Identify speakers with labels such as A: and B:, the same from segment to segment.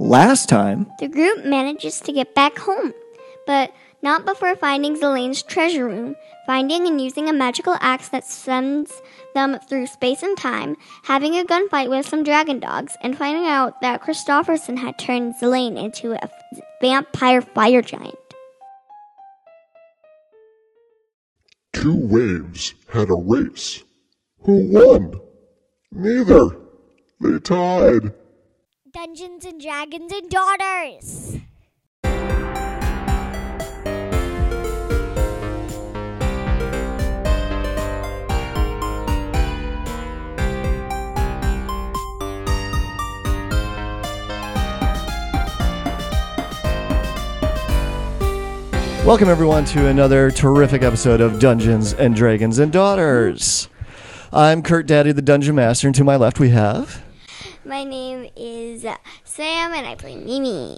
A: Last time,
B: The group manages to get back home, but not before finding Zelaine's treasure room, finding and using a magical axe that sends them through space and time, having a gunfight with some dragon dogs, and finding out that Christofferson had turned Zelaine into a f- vampire fire giant.
C: Two waves had a race. Who won? Neither. They tied.
D: Dungeons and Dragons and Daughters.
A: welcome everyone to another terrific episode of Dungeons and Dragons and Daughters. I'm Kurt Daddy, the Dungeon Master, and to my left we have.
B: My name is uh, Sam, and I play Mimi.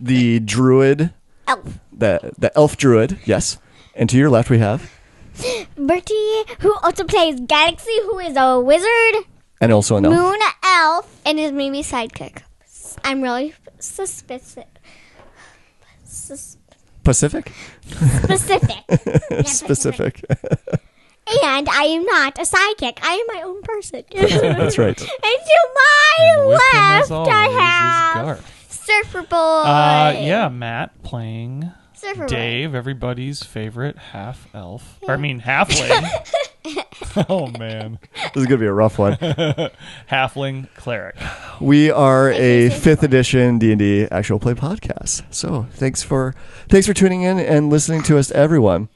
A: the druid,
B: Elf.
A: the the elf druid, yes. And to your left we have,
D: Bertie, who also plays Galaxy, who is a wizard,
A: and also an elf.
D: Moon Elf.
B: And is Mimi's sidekick.
D: I'm really suspicious. Sus-
A: Pacific,
D: specific.
A: specific.
D: and I am not a sidekick. I am my own person. and
A: That's right.
D: to my
E: With him,
D: left,
E: as always, is
D: I have.
E: Garth.
B: Surfer boy.
E: Uh, yeah, Matt playing
B: Surfer
E: Dave, everybody's favorite half elf. Or I mean, halfling. oh man,
A: This is gonna be a rough one.
E: halfling cleric.
A: We are a fifth edition D and D actual play podcast. So thanks for thanks for tuning in and listening to us, everyone.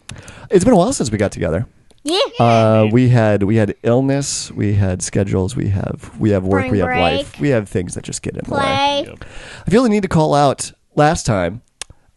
A: It's been a while since we got together.
D: Yeah.
A: Uh, we had we had illness, we had schedules, we have we have work,
D: Spring
A: we have life,
D: break.
A: we have things that just get in the way.
D: Play.
A: I feel the need to call out last time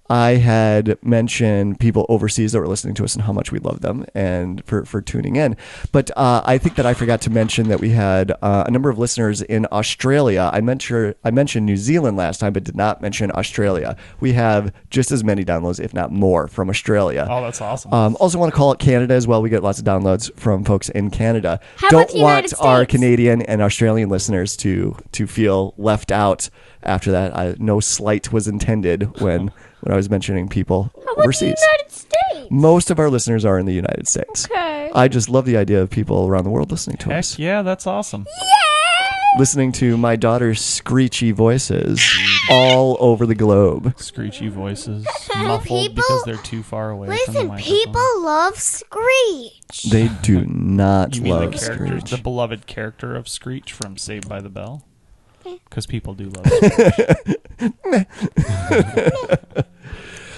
A: I had mentioned people overseas that were listening to us and how much we love them and for, for tuning in. But uh, I think that I forgot to mention that we had uh, a number of listeners in Australia. I, mentioned I mentioned New Zealand last time, but did not mention Australia. We have just as many downloads, if not more, from Australia.
E: Oh, that's awesome.
A: Um, also, want to call out Canada as well. We get lots of downloads from folks in Canada.
D: How
A: Don't
D: about the
A: want
D: United
A: our
D: States?
A: Canadian and Australian listeners to to feel left out after that. I, no slight was intended when when I was mentioning people
D: What's the
A: overseas.
D: United States?
A: Most of our listeners are in the United States.
D: Okay.
A: I just love the idea of people around the world listening to us,
E: Heck yeah, that's awesome.
A: listening to my daughter's screechy voices all over the globe.
E: Screechy voices, muffled
D: people-
E: because they're too far away from the
D: Listen,
E: microphone.
D: people love Screech.
A: They do not
E: You mean the
A: love
E: character,
A: screech.
E: the beloved character of Screech from Saved by the Bell? Because people do love. Screech.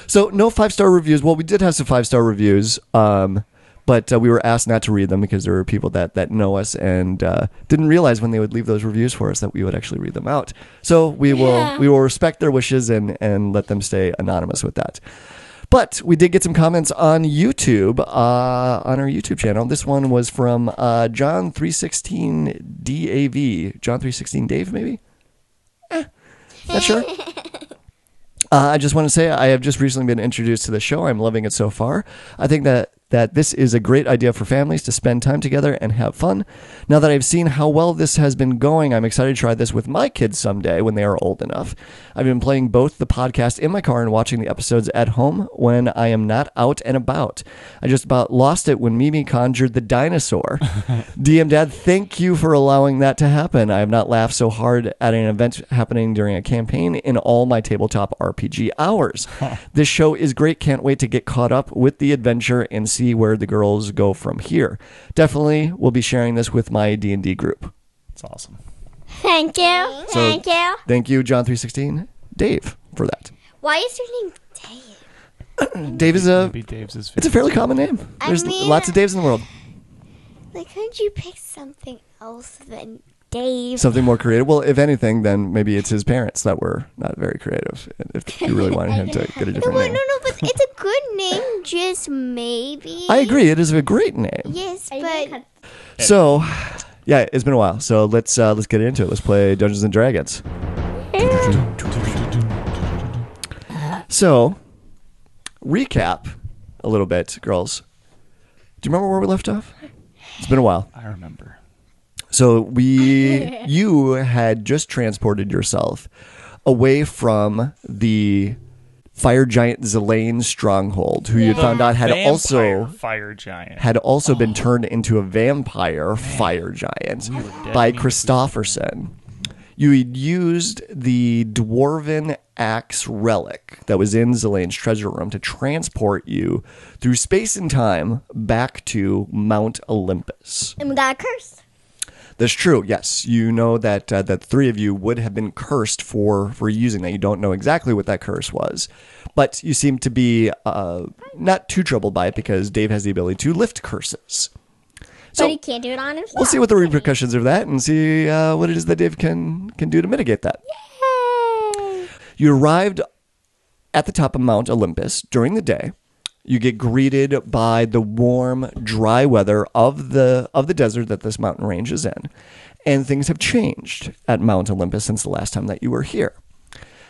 A: So no five star reviews. Well, we did have some five star reviews, um, but uh, we were asked not to read them because there were people that that know us and uh, didn't realize when they would leave those reviews for us that we would actually read them out. So we will we will respect their wishes and and let them stay anonymous with that. But we did get some comments on YouTube, uh, on our YouTube channel. This one was from uh, John three sixteen Dav, John three sixteen Dave, maybe. Eh, not sure. Uh, I just want to say I have just recently been introduced to the show. I'm loving it so far. I think that that this is a great idea for families to spend time together and have fun. Now that I've seen how well this has been going, I'm excited to try this with my kids someday when they are old enough. I've been playing both the podcast in my car and watching the episodes at home when I am not out and about. I just about lost it when Mimi conjured the dinosaur. DM Dad, thank you for allowing that to happen. I have not laughed so hard at an event happening during a campaign in all my tabletop RPG hours. this show is great. Can't wait to get caught up with the adventure and see where the girls go from here. Definitely will be sharing this with my D&D group.
E: It's awesome.
D: Thank you. Thank you.
A: Thank you John 316, Dave for that.
B: Why is your name Dave?
A: Dave is a
E: Maybe Dave's his
A: it's a
E: favorite.
A: fairly common name. There's
B: mean-
A: lots of Daves in the world.
B: Like, couldn't you pick something else than Dave?
A: Something more creative. Well, if anything, then maybe it's his parents that were not very creative. If you really wanted him to get a different
B: Well,
A: name.
B: no, no, but it's a good name, just maybe.
A: I agree. It is a great name.
B: Yes, but
A: So, yeah, it's been a while. So let's uh, let's get into it. Let's play Dungeons and Dragons. So, recap a little bit, girls. Do you remember where we left off? It's been a while.
E: I remember.
A: So we, you had just transported yourself away from the fire giant Zelane stronghold, who you found out had
E: Vampire
A: also
E: fire giant.
A: had also
E: Oh.
A: been turned into a vampire fire giant
E: dead
A: by
E: meat to
A: Christofferson. You had used the dwarven axe relic that was in Zelane's treasure room to transport you through space and time back to Mount Olympus.
D: And we got a curse.
A: That's true. Yes, you know that uh, that three of you would have been cursed for for using that. You don't know exactly what that curse was, but you seem to be uh, not too troubled by it because Dave has the ability to lift curses. So
D: but he can't do it on himself.
A: we'll see what the repercussions of that and see uh, what it is that Dave can can do to mitigate that. You arrived at the top of Mount Olympus during the day. You get greeted by the warm, dry weather of the of the desert that this mountain range is in, and things have changed at Mount Olympus since the last time that you were here.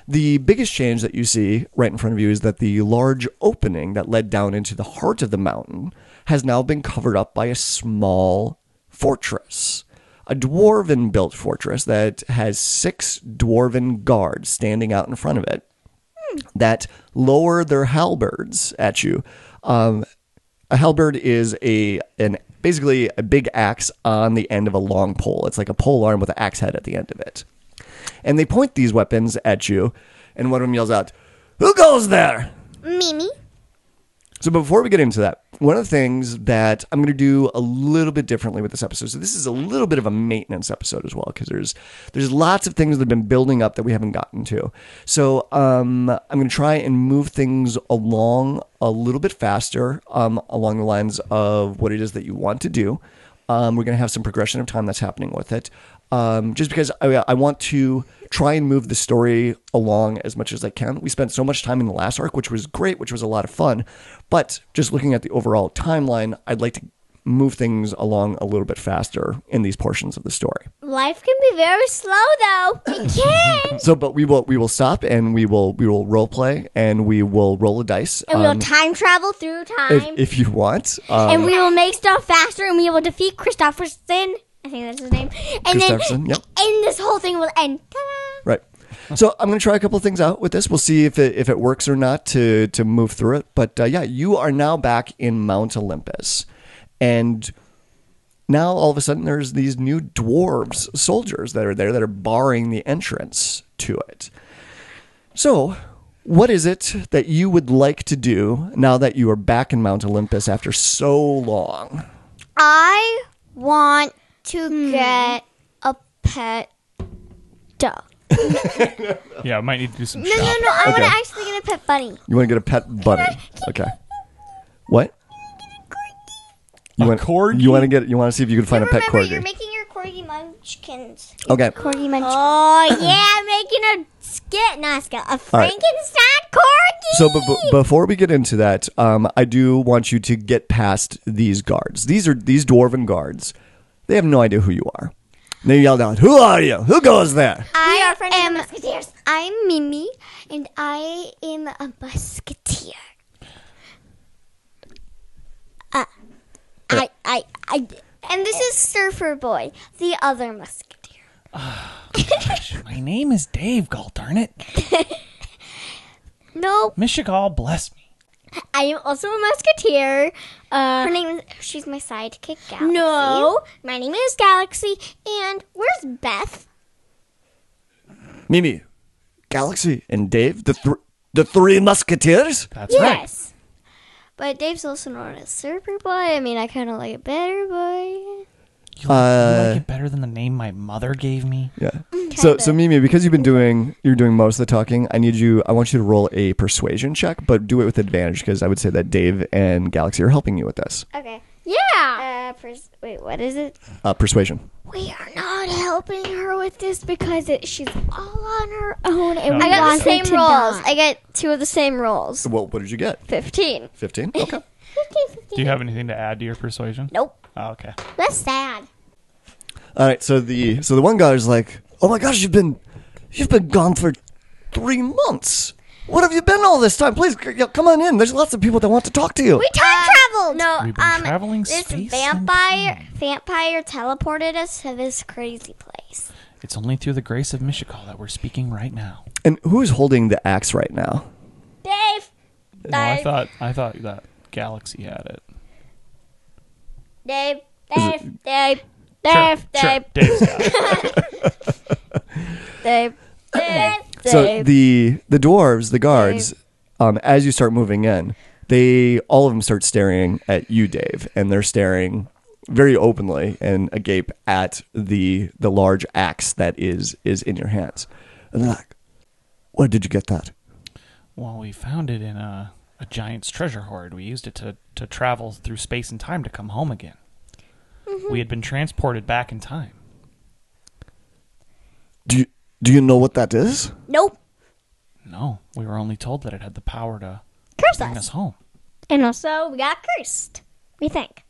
A: The biggest change that you see right in front of you is that the large opening that led down into the heart of the mountain has now been covered up by a small fortress. A dwarven built fortress that has six dwarven guards standing out in front of it that lower their halberds at you. Um, a halberd is a an basically a big axe on the end of a long pole. It's like a pole arm with an axe head at the end of it. And they point these weapons at you, and one of them yells out, "Who goes there?"
B: Mimi,
A: So before we get into that, one of the things that I'm going to do a little bit differently with this episode. So this is a little bit of a maintenance episode as well because there's there's lots of things that have been building up that we haven't gotten to. So um, I'm going to try and move things along a little bit faster um, along the lines of what it is that you want to do. Um, we're going to have some progression of time that's happening with it. Um, just because I, I want to try and move the story along as much as I can. We spent so much time in the last arc, which was great, which was a lot of fun. But just looking at the overall timeline, I'd like to move things along a little bit faster in these portions of the story.
D: Life can be very slow, though. It can.
A: So, but we will we will stop and we will we will role play and we will roll a dice
D: And
A: um,
D: we'll time travel through time.
A: if, if you want. Um,
D: and we will make stuff faster and we will defeat Christopherson. I think that's his name. And then,
A: Christofferson, yep.
D: and this whole thing will end. Ta-da!
A: Right. So I'm going to try a couple things out with this. We'll see if it, if it works or not to to move through it. But uh, yeah, you are now back in Mount Olympus, and now all of a sudden there's these new dwarves soldiers that are there that are barring the entrance to it. So. What is it that you would like to do now that you are back in Mount Olympus after so long?
B: I want to
A: Hmm.
B: get a pet dog.
E: Yeah, I might need to do some
B: No, no,
E: shopping.
B: no! I want
A: Okay.
B: to actually get a pet bunny.
A: You want to get a pet bunny? Okay. What? You
E: A
A: want,
E: corgi?
A: You want to get? You want to see if you can find a pet
B: Remember,
A: corgi?
B: you're making your corgi munchkins.
A: okay.
B: Corgi munchkins.
D: Oh, yeah, making a skit, not a skit, a
A: right.
D: Frankenstein corgi.
A: So, but before we get into that, um, I do want you to get past these guards. These are these dwarven guards. They have no idea who you are. They yell out, "Who are you? Who goes there?"
B: I
D: are friends of the
B: am-
D: Musketeers.
B: I'm Mimi, and I am a musketeer. Uh,
D: I, I, I,
B: And this is Surfer Boy, the other musketeer.
E: My name is Dave. Gall darn it,
B: No,
E: Michigal, bless me.
D: I am also a musketeer. Uh,
B: her name is. She's my sidekick, Gal.
D: no, my name is Galaxy, and where's Beth?
A: Mimi, Galaxy, and Dave, the thr the three musketeers.
E: That's right.
D: Yes.
B: But Dave's also known as Surfer Boy. I mean, I kind of like it better, boy.
E: You like, you
A: Uh,
E: like it better than the name my mother gave me.
A: Yeah. So, so Mimi, because you've been doing you're doing most of the talking, I need you. I want you to roll a persuasion check, but do it with advantage because I would say that Dave and Galaxy are helping you with this.
D: Uh,
B: Okay.
D: Yeah.
B: Uh, pers- wait, what is it?
A: Uh, persuasion.
B: We are not helping her with this because it, she's all on her own.
D: and
E: No.
B: I got the
D: Wanted
B: same
D: to
B: rolls.
D: die.
B: I got two of the same rolls.
A: Well, what did you get?
B: 15.
A: Fifteen. Okay.
E: Do you have anything to add to your persuasion?
D: Nope.
E: Oh, okay.
D: That's sad.
A: All right, so the so the one guy is like, "Oh my gosh, you've been you've been gone for three months." What have you been all this time? Please c- yeah, come on in. There's lots of people that want to talk to you.
D: We time traveled.
B: No,
E: We've been
B: um,
E: traveling
B: this
E: space. and
B: vampire
E: time.
B: vampire teleported us to this crazy place.
E: It's only through the grace of Mishikal that we're speaking right now.
A: And who is holding the axe right now?
D: Dave,
E: No, Oh, I
D: Dave.
E: thought I thought that Galaxy had it.
D: Dave, Dave, Dave,
E: Sure,
D: Dave,
E: sure.
D: Dave,
E: Dave's got it.
D: Dave, Dave,
A: So
D: Dave.
A: the the dwarves, the guards, um, as you start moving in, they all of them start staring at you, Dave, and they're staring very openly and agape at the the large axe that is is in your hands. And they're like, "Where did you get that?"
E: Well, we found it in a, a giant's treasure hoard. We used it to, to travel through space and time to come home again.
D: Mm-hmm.
E: We had been transported back in time.
A: Do you do you know what that is?
D: Nope.
E: No, we were only told that it had the power to
D: Curse
E: bring us
D: us.
E: home.
D: And also, we got cursed. We think.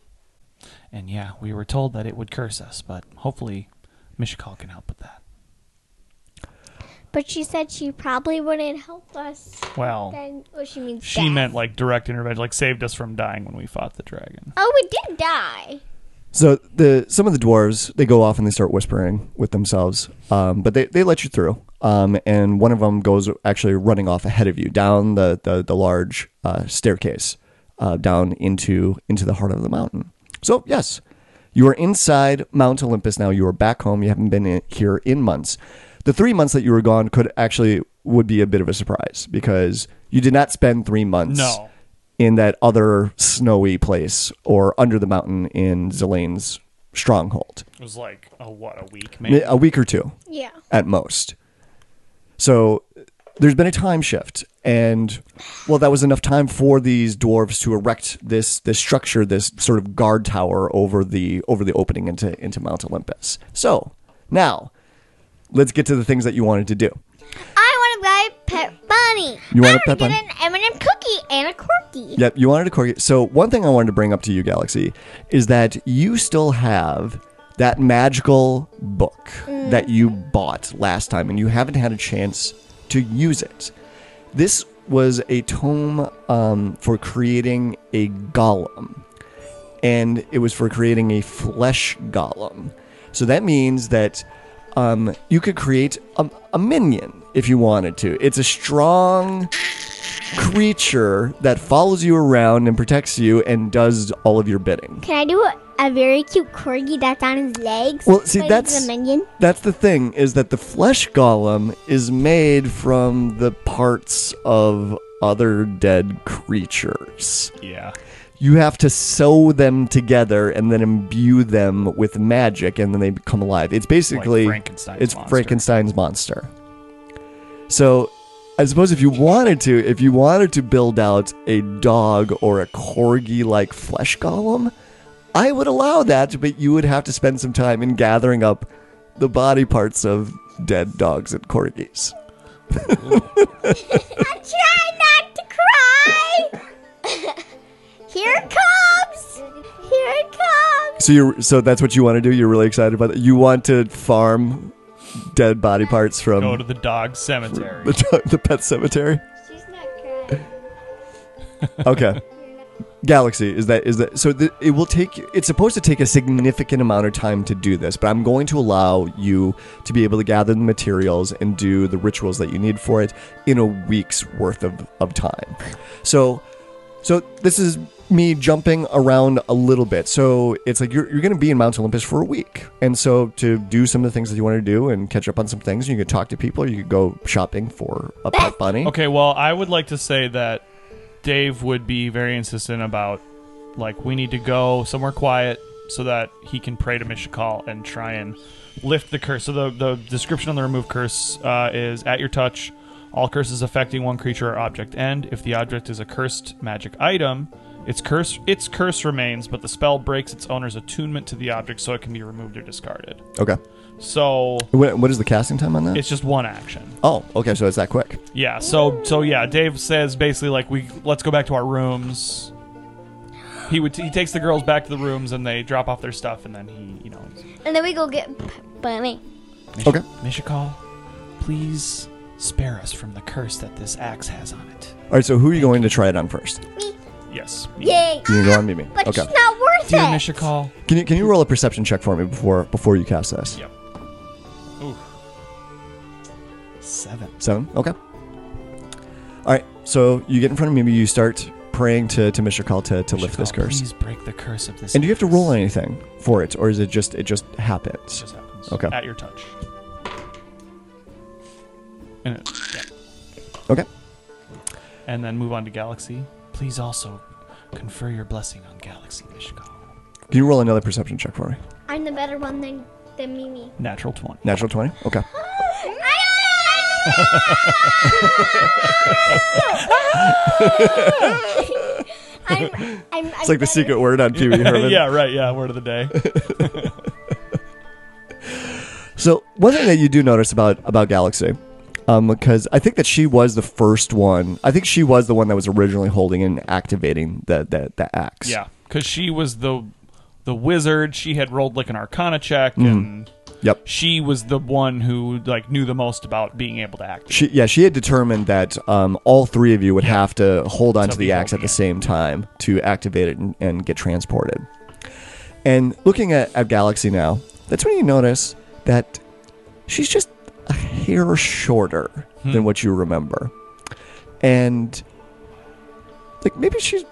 E: And yeah, we were told that it would curse us, but hopefully Mishikal can help with that.
D: But she said she probably wouldn't help us.
E: Well,
D: Then, well, she means
E: she
D: death.
E: meant like direct intervention, like saved us from dying when we fought the dragon.
D: Oh, we did die.
A: So the some of the dwarves they go off and they start whispering with themselves, um, but they, they let you through. Um, and one of them goes actually running off ahead of you down the the, the large uh, staircase uh, down into into the heart of the mountain. So yes, you are inside Mount Olympus now. You are back home. You haven't been in, here in months. The three months that you were gone could actually would be a bit of a surprise because you did not spend three months
E: No.
A: in that other snowy place or under the mountain in Zelane's stronghold.
E: It was like a what, a week
A: I mean, A week or two
D: Yeah.
A: at most. So there's been a time shift and well that was enough time for these dwarves to erect this this structure this sort of guard tower over the over the opening into into Mount Olympus. So, now let's get to the things that you wanted to do.
B: I want to buy a pet bunny.
A: You want
D: I
A: a pet
D: get
A: bunny?
D: an M&M cookie and a corky.
A: Yep, you wanted a corgi. So one thing I wanted to bring up to you, Galaxy, is that you still have that magical book that you bought last time, and you haven't had a chance to use it. This was a tome um, for creating a golem, and it was for creating a flesh golem. So that means that um, you could create a, a minion if you wanted to. It's a strong creature that follows you around and protects you and does all of your bidding.
D: Can I do a, a very cute corgi that's on his legs?
A: Well, see,
D: like
A: that's-
D: the minion.
A: That's the thing is that the flesh golem is made from the parts of other dead creatures.
E: Yeah.
A: You have to sew them together and then imbue them with magic and then they become alive. It's basically
E: Frankenstein's
A: it's
E: monster.
A: Frankenstein's monster. So I suppose if you wanted to, if you wanted to build out a dog or a corgi like flesh golem, I would allow that, but you would have to spend some time in gathering up the body parts of dead dogs and corgis.
D: I'm trying not to cry. Here it comes. Here it comes.
A: So you so that's what you want to do. You're really excited about that. You want to farm dead body parts from
E: Go to the dog cemetery.
A: the, dog- the pet cemetery.
D: She's not crying.
A: Okay. Galaxy is that is that so th- it will take it's supposed to take a significant amount of time to do this but I'm going to allow you to be able to gather the materials and do the rituals that you need for it in a week's worth of, of time. So so this is me jumping around a little bit. So it's like you're, you're going to be in Mount Olympus for a week. And so to do some of the things that you want to do and catch up on some things, you could talk to people, you could go shopping for a pet bunny.
E: Okay, well, I would like to say that Dave would be very insistent about like we need to go somewhere quiet so that he can pray to Mishakal and try and lift the curse. So the the description on the remove curse uh, is at your touch. All curses affecting one creature or object end. If the object is a cursed magic item, its curse its curse remains, but the spell breaks its owner's attunement to the object, so it can be removed or discarded.
A: Okay.
E: So
A: What, what is the casting time on that?
E: it's just one action.
A: Oh, okay, so it's that quick.
E: Yeah. So so yeah, Dave says basically like we let's go back to our rooms. He would he takes the girls back to the rooms and they drop off their stuff and then he you know
D: And then we go get p- bunny.
E: Misha,
A: Okay.
E: Misha call, please Spare us from the curse that this axe has on it.
A: All right, so who are you going to try it on first?
E: Yes.
D: Yay.
A: You go on, Mimi.
D: But
A: Okay.
D: it's not worth
E: Dear
D: it.
E: Mishakal.
A: Can you can you roll a perception check for me before before you cast this?
E: Yep. Ooh. Seven.
A: Seven. Okay. All right. So you get in front of Mimi. You start praying to to Mishakal to to lift this
E: Mishakal,
A: curse.
E: Please break the curse of this.
A: And do you have to
E: axe.
A: roll anything for it, or is it just it just
E: It
A: happens?
E: just happens.
A: Okay.
E: At your touch. And, it, yeah.
A: Okay.
E: and then move on to Galaxy. Please also confer your blessing on Galaxy Mishakal.
A: Can you roll another perception check for me?
B: I'm the better one than, than Mimi.
E: Natural 20.
A: Natural twenty. Okay.
D: I'm, I'm, I'm
A: It's like
D: better.
A: the secret word on Pee Wee Herman.
E: yeah, right. Yeah, word of the day.
A: So one thing that you do notice about about Galaxy, um, because I think that she was the first one. I think she was the one that was originally holding and activating the the, the axe.
E: yeah, because she was the the wizard. She had rolled like an Arcana check, and
A: Yep.
E: she was the one who like knew the most about being able to act.
A: She yeah she had determined that um, all three of you would have to hold onto
E: So
A: the
E: be
A: axe at
E: holding
A: the
E: it.
A: same time to activate it and, and get transported. And looking at, at Galaxy now, that's when you notice that she's just a hair shorter than what you remember. And like maybe she's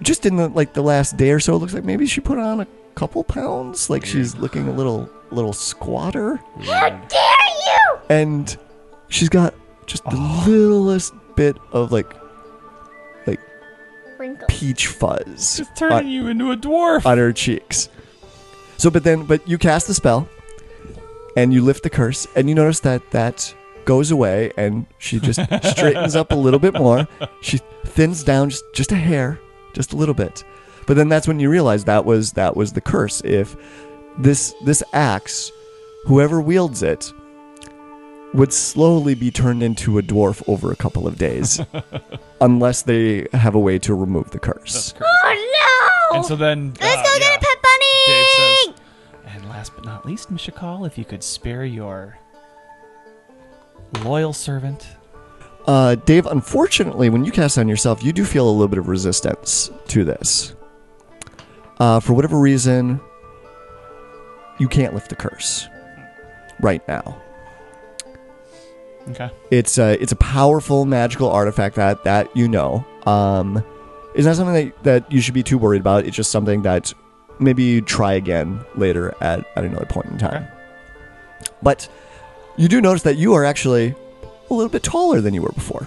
A: just in the like the last day or so it looks like maybe she put on a couple pounds like she's looking a little little squatter
D: How dare you?
A: and she's got just the littlest bit of like like
B: Wrinkle.
A: peach fuzz
E: She's turning
A: on,
E: you into a dwarf.
A: on her cheeks so but then but you cast the spell and you lift the curse and you notice that that goes away and she just straightens up a little bit more she thins down just, just a hair just a little bit but then that's when you realize that was that was the curse if this this axe whoever wields it would slowly be turned into a dwarf over a couple of days unless they have a way to remove the curse
D: Oh no!
E: and so then
D: Let's
E: uh,
D: go
E: yeah,
D: get a pet bunny.
E: Dave says, and last but not least, Mishakal, if you could spare your loyal servant.
A: Uh, Dave, unfortunately, when you cast on yourself, you do feel a little bit of resistance to this. Uh, for whatever reason, you can't lift the curse right now.
E: Okay.
A: It's a, it's a powerful magical artifact that that you know. Um, it's not something that, that you should be too worried about. It's just something that maybe you try again later at, at another point in time.
E: Okay.
A: But you do notice that you are actually a little bit taller than you were before.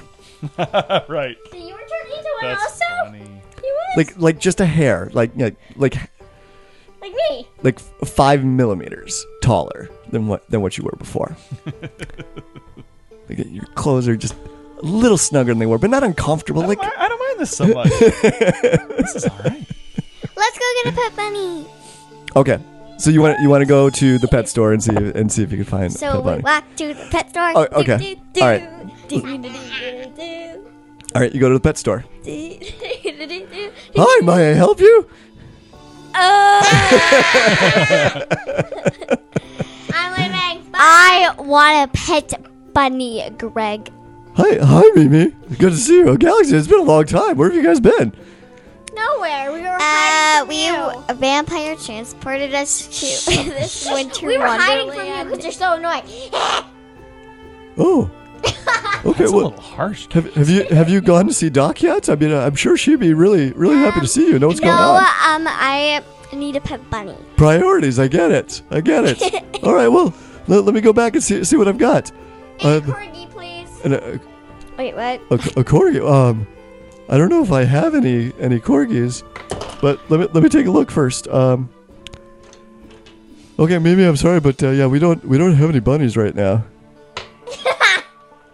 E: right.
D: So you were turned into one
E: That's
D: also?
E: funny.
D: You was?
A: like like just a hair like you know, like
D: Like me.
A: like f- five millimeters taller than what than what you were before like your clothes are just a little snugger than they were but not uncomfortable like
E: I, I don't mind this so much. this is all right.
B: Let's go get a pet bunny.
A: okay so you want you want to go to the pet store and see and see if you can find a
B: So
A: pet
B: we
A: bunny.
B: walk to the pet store.
A: Oh, okay. All right. All right, you go to the pet store. Hi, may I help you?
B: I'm leaving. I want a pet bunny, Greg.
A: Hi, hi, Mimi. Good to see you. Galaxy, it's been a long time. Where have you guys been?
D: Nowhere. We were
B: Uh,
D: hiding from
B: we
D: you.
B: a vampire transported us to this winter
D: we were hiding from you
B: wonderland.
D: because you're so annoying.
A: Oh, okay.
E: It's a
A: Well,
E: little harsh.
A: have, have you have you gone to see Doc yet? I mean, I'm sure she'd be really really happy to see you. Know what's
B: no,
A: going on?
F: uh,
B: um, I need a pet bunny.
A: priorities. I get it. I get it. All right. Well, let, let me go back and see see what I've got. Um,
D: Corgi, please.
A: and uh, a,
B: Wait, what?
A: a, a corgi. Um, I don't know if I have any any corgis, but let me let me take a look first. Um, okay, Mimi, I'm sorry, but uh, yeah, we don't we don't have any bunnies right now.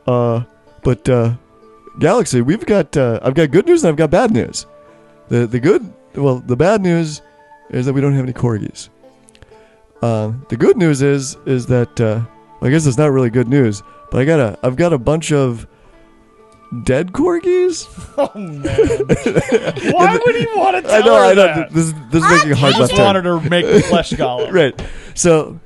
A: uh, but uh, Galaxy, we've got uh, I've got good news and I've got bad news. The the good well the bad news is that we don't have any corgis. Um, the good news is is that uh, I guess it's not really good news, but I got a I've got a bunch of dead corgis.
E: Oh man! Why would he want to tell
A: I know,
E: her
A: I know.
E: that?
A: This, this is making it hard
E: He
A: left
E: just
A: turn.
E: wanted to make the flesh golem.
A: Right. So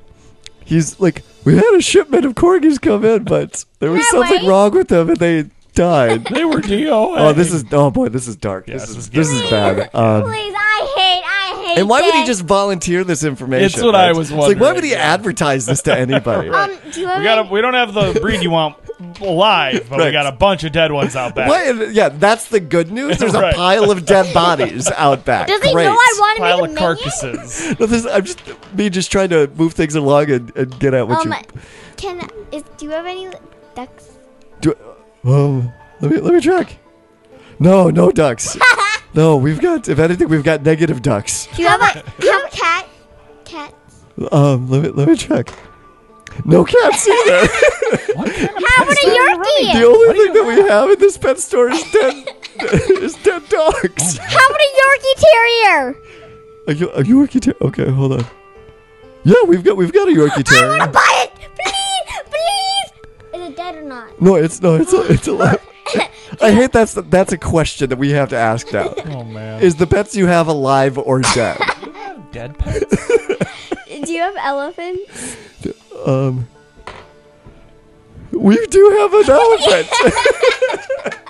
A: he's like, we had a shipment of corgis come in, but there was
D: Yeah,
A: something
D: right?
A: wrong with them and they died.
E: They were DOA.
A: oh, this is oh boy, this is dark.
E: Yeah,
A: this
E: this
A: is
E: is
A: this is bad. Um,
D: Please, I hate, I hate.
A: and why would he
D: this.
A: just volunteer this information?
E: It's what I was
A: It's like, why would he
E: wondering, yeah.
A: advertise this to anybody?
D: Um, do you have
E: We got.
D: any-
E: A, we don't have the breed you want alive, but
A: Right.
E: we got a bunch of dead ones out back.
A: What? Yeah, that's the good news. There's
E: Right.
A: a pile of dead bodies out back.
D: Does he
A: Great.
D: know I want to
E: Pile
D: make a
E: of
D: minion?
E: carcasses.
A: No, this, I'm just me just trying to move things along and, and get at what
D: Um,
A: you
D: can is do you have any ducks?
A: do. Um, let me let me check. No, no ducks. no, we've got. If anything, we've got negative ducks.
D: Do you have a do you have a cat? Cat.
A: Um, let me let me check. No cats either.
D: How about a Yorkie?
A: the only thing that we have in this pet store is dead is dead dogs.
D: How about a Yorkie Terrier?
A: A, Yo- a Yorkie Terrier. Okay, hold on. Yeah, we've got we've got a Yorkie Terrier.
D: Buy it, please, please.
B: Is it dead or not?
A: No, it's no, it's a, it's a lot. I hate that's that's a question that we have to ask now.
E: Oh man,
A: Is the pets you have alive or dead?
E: dead pets.
D: Do you have elephants?
A: Um, we do have an elephant.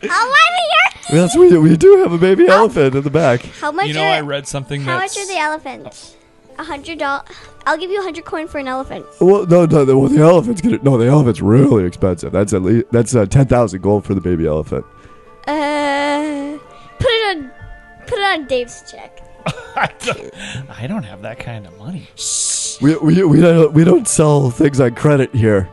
D: I want a Yorkie.
A: yes, we Ah. we do have a baby elephant in the back.
B: How much
E: You know,
B: are
E: I read something
B: how
E: that's
B: much are the elephants? A hundred dollars. I'll give you a hundred coin for an elephant.
A: Well, no, no, the, well, the elephant's gonna, no, the elephant's really expensive. That's at least that's uh, ten thousand gold for the baby elephant.
D: Uh, put it on, put it on Dave's check.
E: I, don't, I don't have that kind of money.
A: We we we don't we don't sell things on credit here.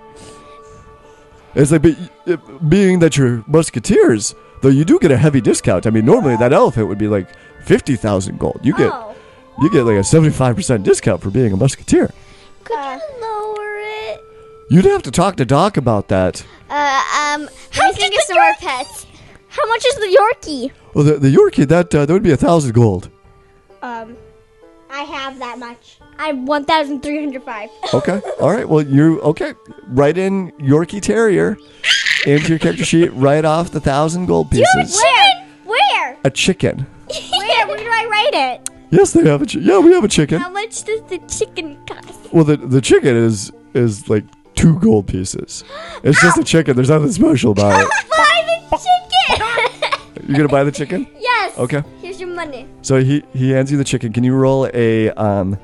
A: It's like be, it- being that you're musketeers, though you do get a heavy discount. I mean, normally that elephant would be like fifty thousand gold. You get
D: Oh,
A: you get like a seventy five percent discount for being a musketeer. Uh.
D: could you lower it?
A: You'd have to talk to Doc about that.
B: Uh, um, let me think of some more pets.
D: How much is the Yorkie?
A: Well, the, the Yorkie that uh, that would be a thousand gold.
D: Um, I have that much. I have one thousand three hundred five.
A: Okay, all right. Well, you okay? Write in Yorkie Terrier into your character sheet. Write off the thousand gold pieces.
D: Where? Where?
A: A chicken.
D: Where? Where do I write it?
A: Yes, they have a chi- yeah. We have a chicken.
D: How much does the chicken cost?
A: Well, the the chicken is is like two gold pieces. It's just a chicken. There's nothing special about it.
D: Buy the chicken.
A: You're gonna buy the chicken?
D: yes.
A: Okay.
D: Here's your money.
A: So he he hands you the chicken. Can you roll a um,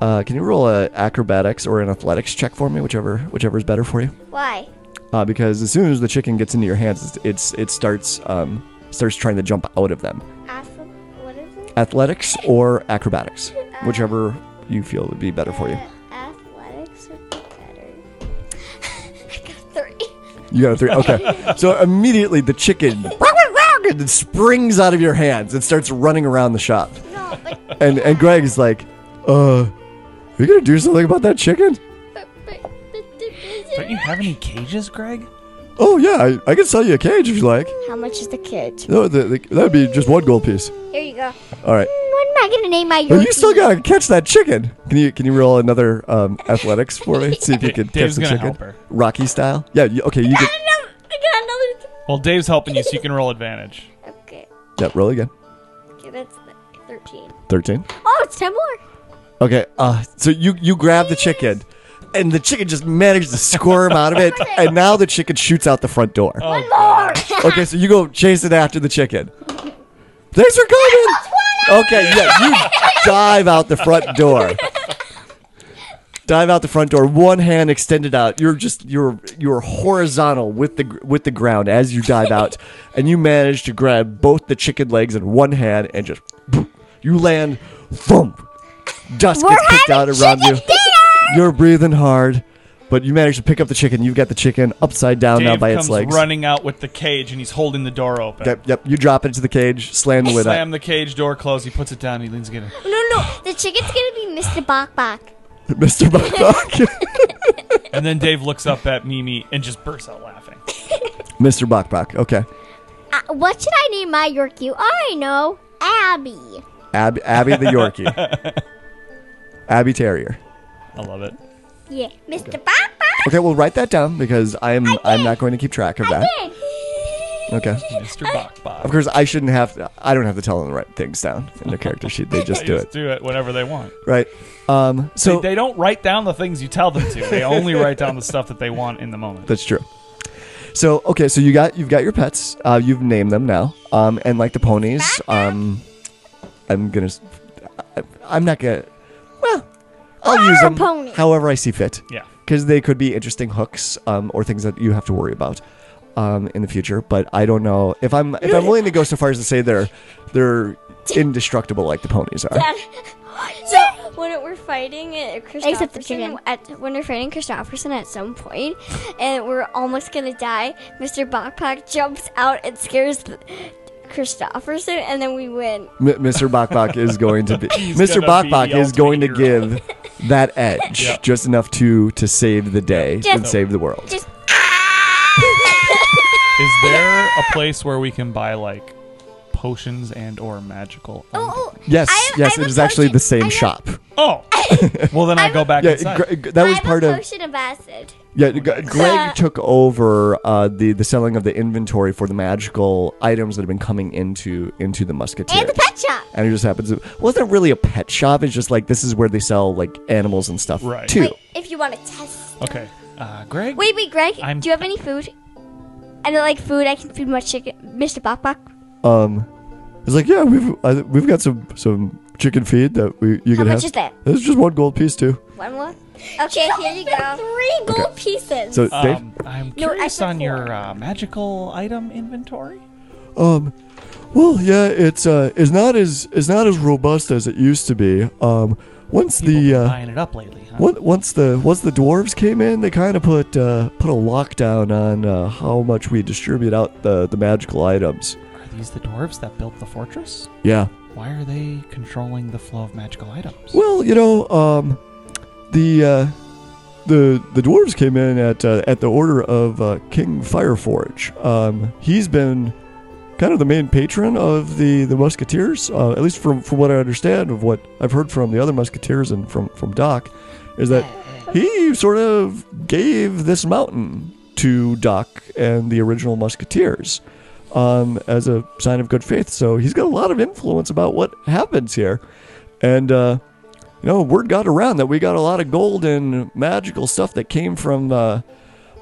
A: uh, can you roll a acrobatics or an athletics check for me, whichever whichever is better for you?
D: Why?
A: Uh, because as soon as the chicken gets into your hands, it's, it's it starts um starts trying to jump out of them.
D: Apple. What is it?
A: Athletics or acrobatics, whichever you feel would be better for you.
D: Athletics are better. I got three.
A: You got a three. Okay. so immediately the chicken it springs out of your hands and starts running around the shop.
D: No, but
A: And and Greg is like, uh, are you gonna do something about that chicken?
D: but but. but- but-
E: Don't you have any cages, Greg?
A: Oh yeah, I, I can sell you a cage if you like.
D: How much is the cage?
A: No, the, the, that'd be just one gold piece.
D: Here you go.
A: All right.
B: What am I gonna name my
A: Well,
B: Yorkie?
A: you still gotta catch that chicken. Can you can you roll another um, athletics for me? See if you can catch
E: Dave's
A: the
E: gonna
A: chicken.
E: help her.
A: Rocky style. Yeah. You, okay. You can.
D: I got
E: Well, Dave's helping you, so you can roll advantage.
D: another. Okay.
A: Yeah. Roll again.
D: Okay, that's the- thirteen.
A: Thirteen.
D: Oh, it's ten more.
A: Okay, uh, so you you grab the chicken, and the chicken just managed to squirm out of it, and now the chicken shoots out the front door.
E: One
A: Okay, so you go chasing after the chicken. Thanks for coming. Okay, yeah, you dive out the front door. Dive out the front door, one hand extended out. You're just you're you're horizontal with the gr- with the ground as you dive out, and you manage to grab both the chicken legs in one hand and just you land, thump. Dust gets picked out around you. You're breathing hard, but you manage to pick up the chicken. You've got the chicken upside down now
E: Dave
A: Oh, by
E: comes
A: its legs.
E: running out with the cage, and he's holding the door open.
A: Yep, yep. You drop it into the cage, slam the lid
E: Slam
A: up.
E: the cage door closed. He puts it down. He leans again.
B: No, no, the chicken's gonna be Mr. Bok Bok.
A: Mr. Bok
E: And then Dave looks up at Mimi and just bursts out laughing.
A: Mr. Bok Bok. Okay.
B: Uh, what should I name my Yorkie?
D: Oh,
B: I know, Abby.
A: Ab- Abby the Yorkie. Abby Terrier.
E: I love it.
B: Yeah, Mr. Bok Bok.
A: Okay, well write that down because I'm I'm not going to keep track of that. Okay.
E: Mr. Bach Bach.
A: Of course, I shouldn't have. I don't have to tell them to write things down in the character sheet. They just
E: They
A: do
E: just
A: it,
E: do it whenever they want.
A: right? Um, so
E: they, they don't write down the things you tell them to. They only write down the stuff that they want in the moment.
A: That's true. So okay, so you got you've got your pets. Uh, you've named them now, um, and like the ponies, um, I'm gonna. s- I, am not gonna. Well, I'll use
D: Our
A: them
D: pony.
A: however I see fit.
E: Yeah.
A: because they could be interesting hooks um, or things that you have to worry about um, in the future. But I don't know if I'm if I'm willing to go so far as to say they're they're indestructible like the ponies are.
F: So when we're fighting it,
B: Except the
F: Christopherson
B: chicken.
F: at when we're fighting Christopherson at some point, and we're almost gonna die, Mr. Backpack jumps out and scares the, Christopherson, and then we win.
A: M- Mr. Bachbach is going to be Mr.
E: gonna be
A: Bachbach
E: the
A: is going to
E: ultimate hero.
A: give that edge
E: Yeah.
A: just enough to to save the day and
F: Just-
A: save the world.
F: Just
E: Is there a place where we can buy like potions and or magical?
D: Oh,
A: yes,
D: I have-
A: yes,
D: I have
A: it
D: a
A: is actually the
D: potion.
A: same
D: I have-
A: shop.
E: Oh, well then I go back
A: Yeah,
E: inside.
A: Gre- that was
D: I have
A: part
D: a
A: of
D: potion of acid.
A: yeah. G- Greg took over uh, the the selling of the inventory for the magical items that have been coming into into the musketeer.
D: And the pet shop.
A: and it just happens. To, well, it's not really a pet shop. It's just like this is where they sell like animals and stuff
E: Right.
A: too.
D: Wait, if you want to test.
E: okay, uh, Greg.
B: Wait, wait, Greg,
E: I'm-
B: do you have any food?
F: I don't like food. I can feed my chicken, Mr. Backpack.
A: Um, it's like yeah, we've uh, we've got some some chicken feed that we you can
F: much
A: have.
F: is that?
A: It's just one gold piece too.
F: One more.
D: Okay, here you go.
F: Three gold pieces.
A: So
E: Um, I'm
F: No, I
E: curious
F: said
E: on your
F: four.
E: uh, magical item inventory.
A: Dave, um, well yeah, it's uh, it's not as it's not as robust as it used to be. Um, once the uh,
E: buying it up lately. Huh?
A: on- once the once the dwarves came in, they kind of put uh, put a lockdown on uh, how much we distribute out the the magical items.
E: Are these the dwarves that built the fortress?
A: Yeah.
E: Why are they controlling the flow of magical items?
A: Well, you know, um, the uh, the the dwarves came in at uh, at the order of uh, King Fireforge. Um, he's been kind of the main patron of the the musketeers, uh, at least from from what I understand of what I've heard from the other musketeers and from from Doc, is that he sort of gave this mountain to Doc and the original musketeers. Um, as a sign of good faith, so he's got a lot of influence about what happens here, and uh, you know, word got around that we got a lot of gold and magical stuff that came from uh,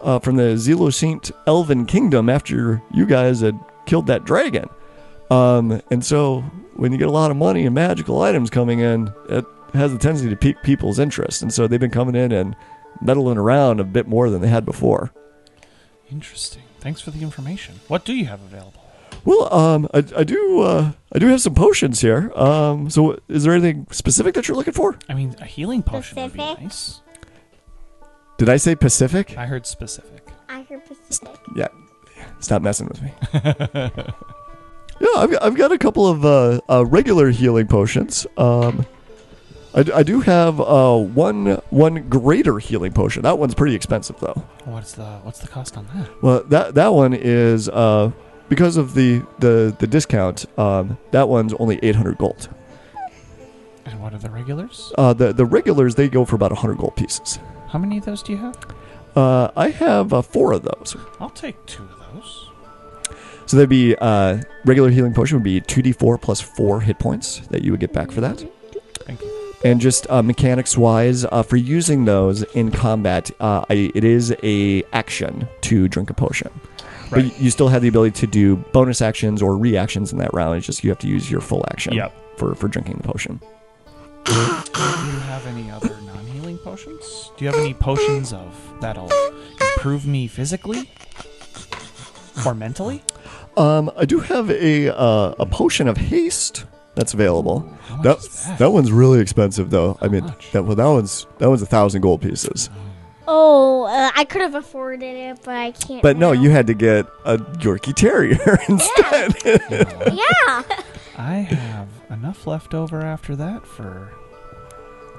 A: uh, from the Zelosint Elven Kingdom after you guys had killed that dragon. Um, and so, when you get a lot of money and magical items coming in, it has a tendency to pique people's interest. And so, they've been coming in and meddling around a bit more than they had before.
E: Interesting. Thanks for the information. What do you have available?
A: Well, um, I, I do uh, I do have some potions here. Um, so, is there anything specific that you're looking for?
E: I mean, a healing potion would
D: Specific?
E: be nice.
A: Did I say Pacific?
E: I heard specific.
D: I heard Pacific.
A: Yeah. Stop messing with me. yeah, I've, I've got a couple of uh, uh, regular healing potions. Um, I, d- I do have uh, one one greater healing potion. That one's pretty expensive though.
E: What's the what's the cost on that?
A: Well, that that one is uh, because of the the the discount. Um, that one's only eight hundred gold.
E: And what are the regulars?
A: Uh, the the regulars they go for about hundred gold pieces.
E: How many of those do you have?
A: Uh, I have uh, four of those.
E: I'll take two of those.
A: So that'd be uh, regular healing potion would be two d four plus four hit points that you would get back for that.
E: Thank you.
A: And just uh, mechanics wise, uh, for using those in combat, uh, I, it is a action to drink a potion. But
E: Right.
A: y- you still have the ability to do bonus actions or reactions in that round. It's just you have to use your full action
E: Yep.
A: for, for drinking the potion.
E: Do you have any other non-healing potions? Do you have any potions of that'll improve me physically or mentally?
A: Um, I do have a uh, a potion of haste that's available.
E: How much
A: That,
E: is that?
A: that one's really expensive though. I mean,
E: much?
A: that well that one's that one's a thousand gold pieces.
D: Oh, uh, I could have afforded it, but I can't.
A: But no,
D: now.
A: you had to get a Yorkie Terrier instead.
D: Yeah.
E: I have enough left over after that for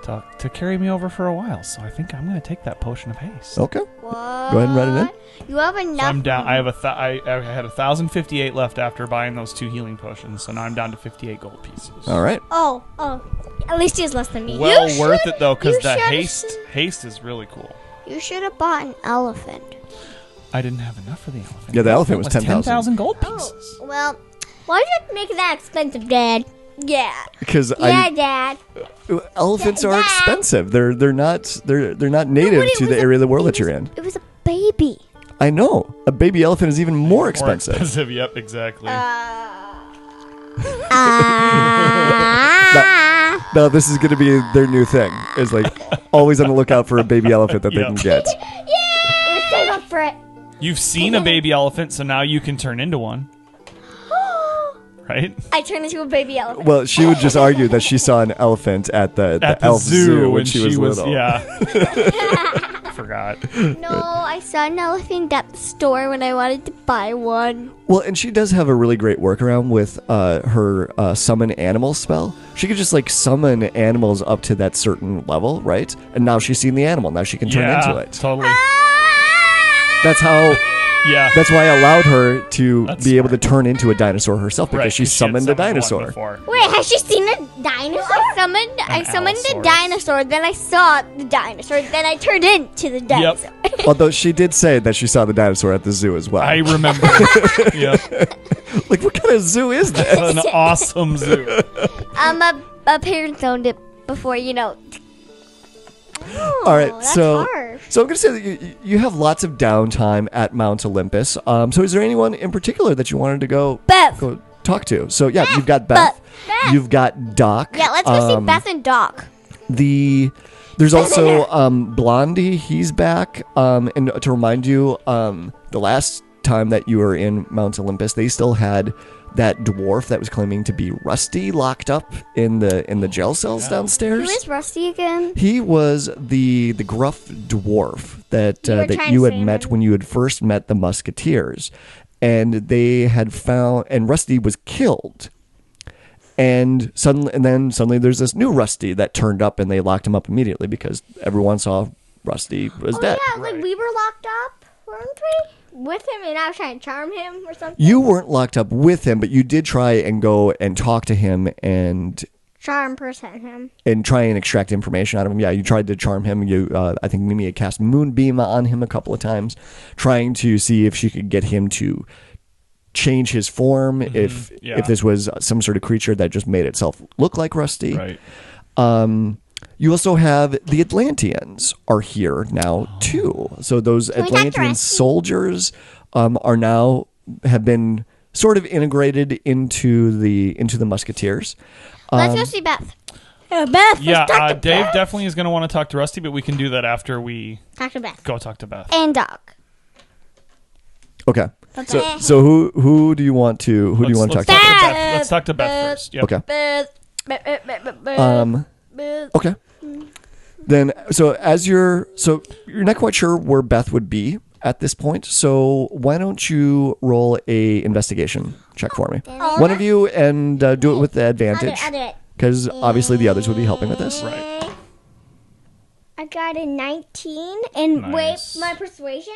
E: to, to carry me over for a while, so I think I'm going to take that potion of haste.
A: okay, go ahead and write it in.
B: You have enough.
E: I'm down. I have a th- I, I had a thousand fifty eight left after buying those two healing potions, so now I'm down to fifty eight gold pieces.
A: All right.
D: Oh, oh. At least he has less than me.
E: Well
B: You
E: worth it though, because
B: you
E: that
B: should-
E: haste haste is really cool.
B: You should have bought an elephant.
E: I didn't have enough for the elephant.
A: Yeah, the elephant was 10,000.
E: 10,000 gold pieces.
D: Well, why did you make that expensive, Dad?
F: Yeah.
A: Because
D: Yeah, Dad.
A: elephants are
D: Yeah.
A: expensive. They're they're not they're they're not native
F: it
A: to the
F: was a-
A: area of the world that you're in.
F: It was a baby.
A: I know a baby elephant is even more
E: More
A: expensive.
E: expensive. Yep, exactly.
A: Now this is going to be their new thing. Is like always on the lookout for a baby elephant that they
E: Yeah.
A: can get.
D: Save up for it.
E: You've seen a baby elephant, so now you can turn into one. right?
F: I turned into a baby elephant.
A: Well, she would just argue that she saw an elephant at the,
E: At the
A: elf
E: zoo,
A: when
E: when
A: she, was, little.
E: Yeah. Forgot.
F: No, I saw an elephant at the store when I wanted to buy one.
A: Well, and she does have a really great workaround with uh, her uh, summon animal spell. She could just like summon animals up to that certain level, right? And now she's seen the animal. Now she can turn
E: yeah,
A: into it.
E: Totally.
A: That's how.
E: Yeah.
A: That's why I allowed her to
E: That's
A: be able to
E: smart.
A: turn into a dinosaur herself because
E: Right,
A: she
E: 'cause had
A: summoned a
E: summoned one
A: dinosaur.
E: before.
D: Wait, has she seen a dinosaur?
F: I summoned I summoned a
E: Allosaurus.
F: dinosaur, then I saw the dinosaur, then I turned into the dinosaur.
A: Although she did say that she saw the dinosaur at the zoo as well.
E: I remember. yeah.
A: like, what kind of zoo is this?
E: An awesome zoo.
F: Um my, my parents owned it before, you know.
A: All
D: Oh,
A: right,
F: Oh, that's
A: so
F: harsh.
A: so I'm gonna say that you- you, you have lots of downtime at Mount Olympus. Um, so is there anyone in particular that you wanted to go
F: Beth.
A: go talk to? So yeah, you've got Beth, you've got Doc.
F: Yeah, let's go see
A: um,
F: Beth and Doc.
A: The there's also um, Blondie. He's back. Um, and to remind you, um, the last time that you were in Mount Olympus, they still had that dwarf that was claiming to be Rusty locked up in the in the jail cells downstairs.
F: Who is Rusty again?
A: He was the the gruff dwarf that uh, that you had met when you had first met the musketeers, and they had found and Rusty was killed, and suddenly and then suddenly there's this new Rusty that turned up and they locked him up immediately because everyone saw Rusty was dead.
D: Yeah, like we were locked up, weren't we? With him, and I was trying to charm him or something.
A: You weren't locked up with him, but you did try and go and talk to him and
D: Charm percent him.
A: and try and extract information out of him. Yeah, you tried to charm him. You, uh, I think Mimi had cast Moonbeam on him a couple of times, trying to see if she could get him to change his form. If
E: Mm-hmm. yeah.
A: if this was some sort of creature that just made itself look like Rusty.
E: Right.
A: You also have the Atlanteans are here now
E: Oh.
A: too. So those Atlantean soldiers um, are now have been sort of integrated into the into the Musketeers.
F: Let's
A: Um,
F: go see Beth.
D: Beth,
E: Yeah, uh, Dave definitely is going to want to talk to Rusty, but we can do that after we
D: talk to Beth.
E: go talk to Beth.
F: And Doc.
A: Okay. So, so who who do you want to who do you want to talk
E: let's,
A: to?
E: let's
F: to?
E: Beth? Let's talk to Beth first. Yep.
A: Okay.
F: Beth. Beth, Beth, Beth, Beth,
A: Um,
F: Beth.
A: okay. Then, so as you're, so you're not quite sure where Beth would be at this point. So why don't you roll a investigation check for me, one of you, and uh, do it with the advantage,
D: I'll do it.
A: because obviously the others would be helping with this.
E: Right.
D: I got a 19 and
E: Nice.
D: wait, my persuasion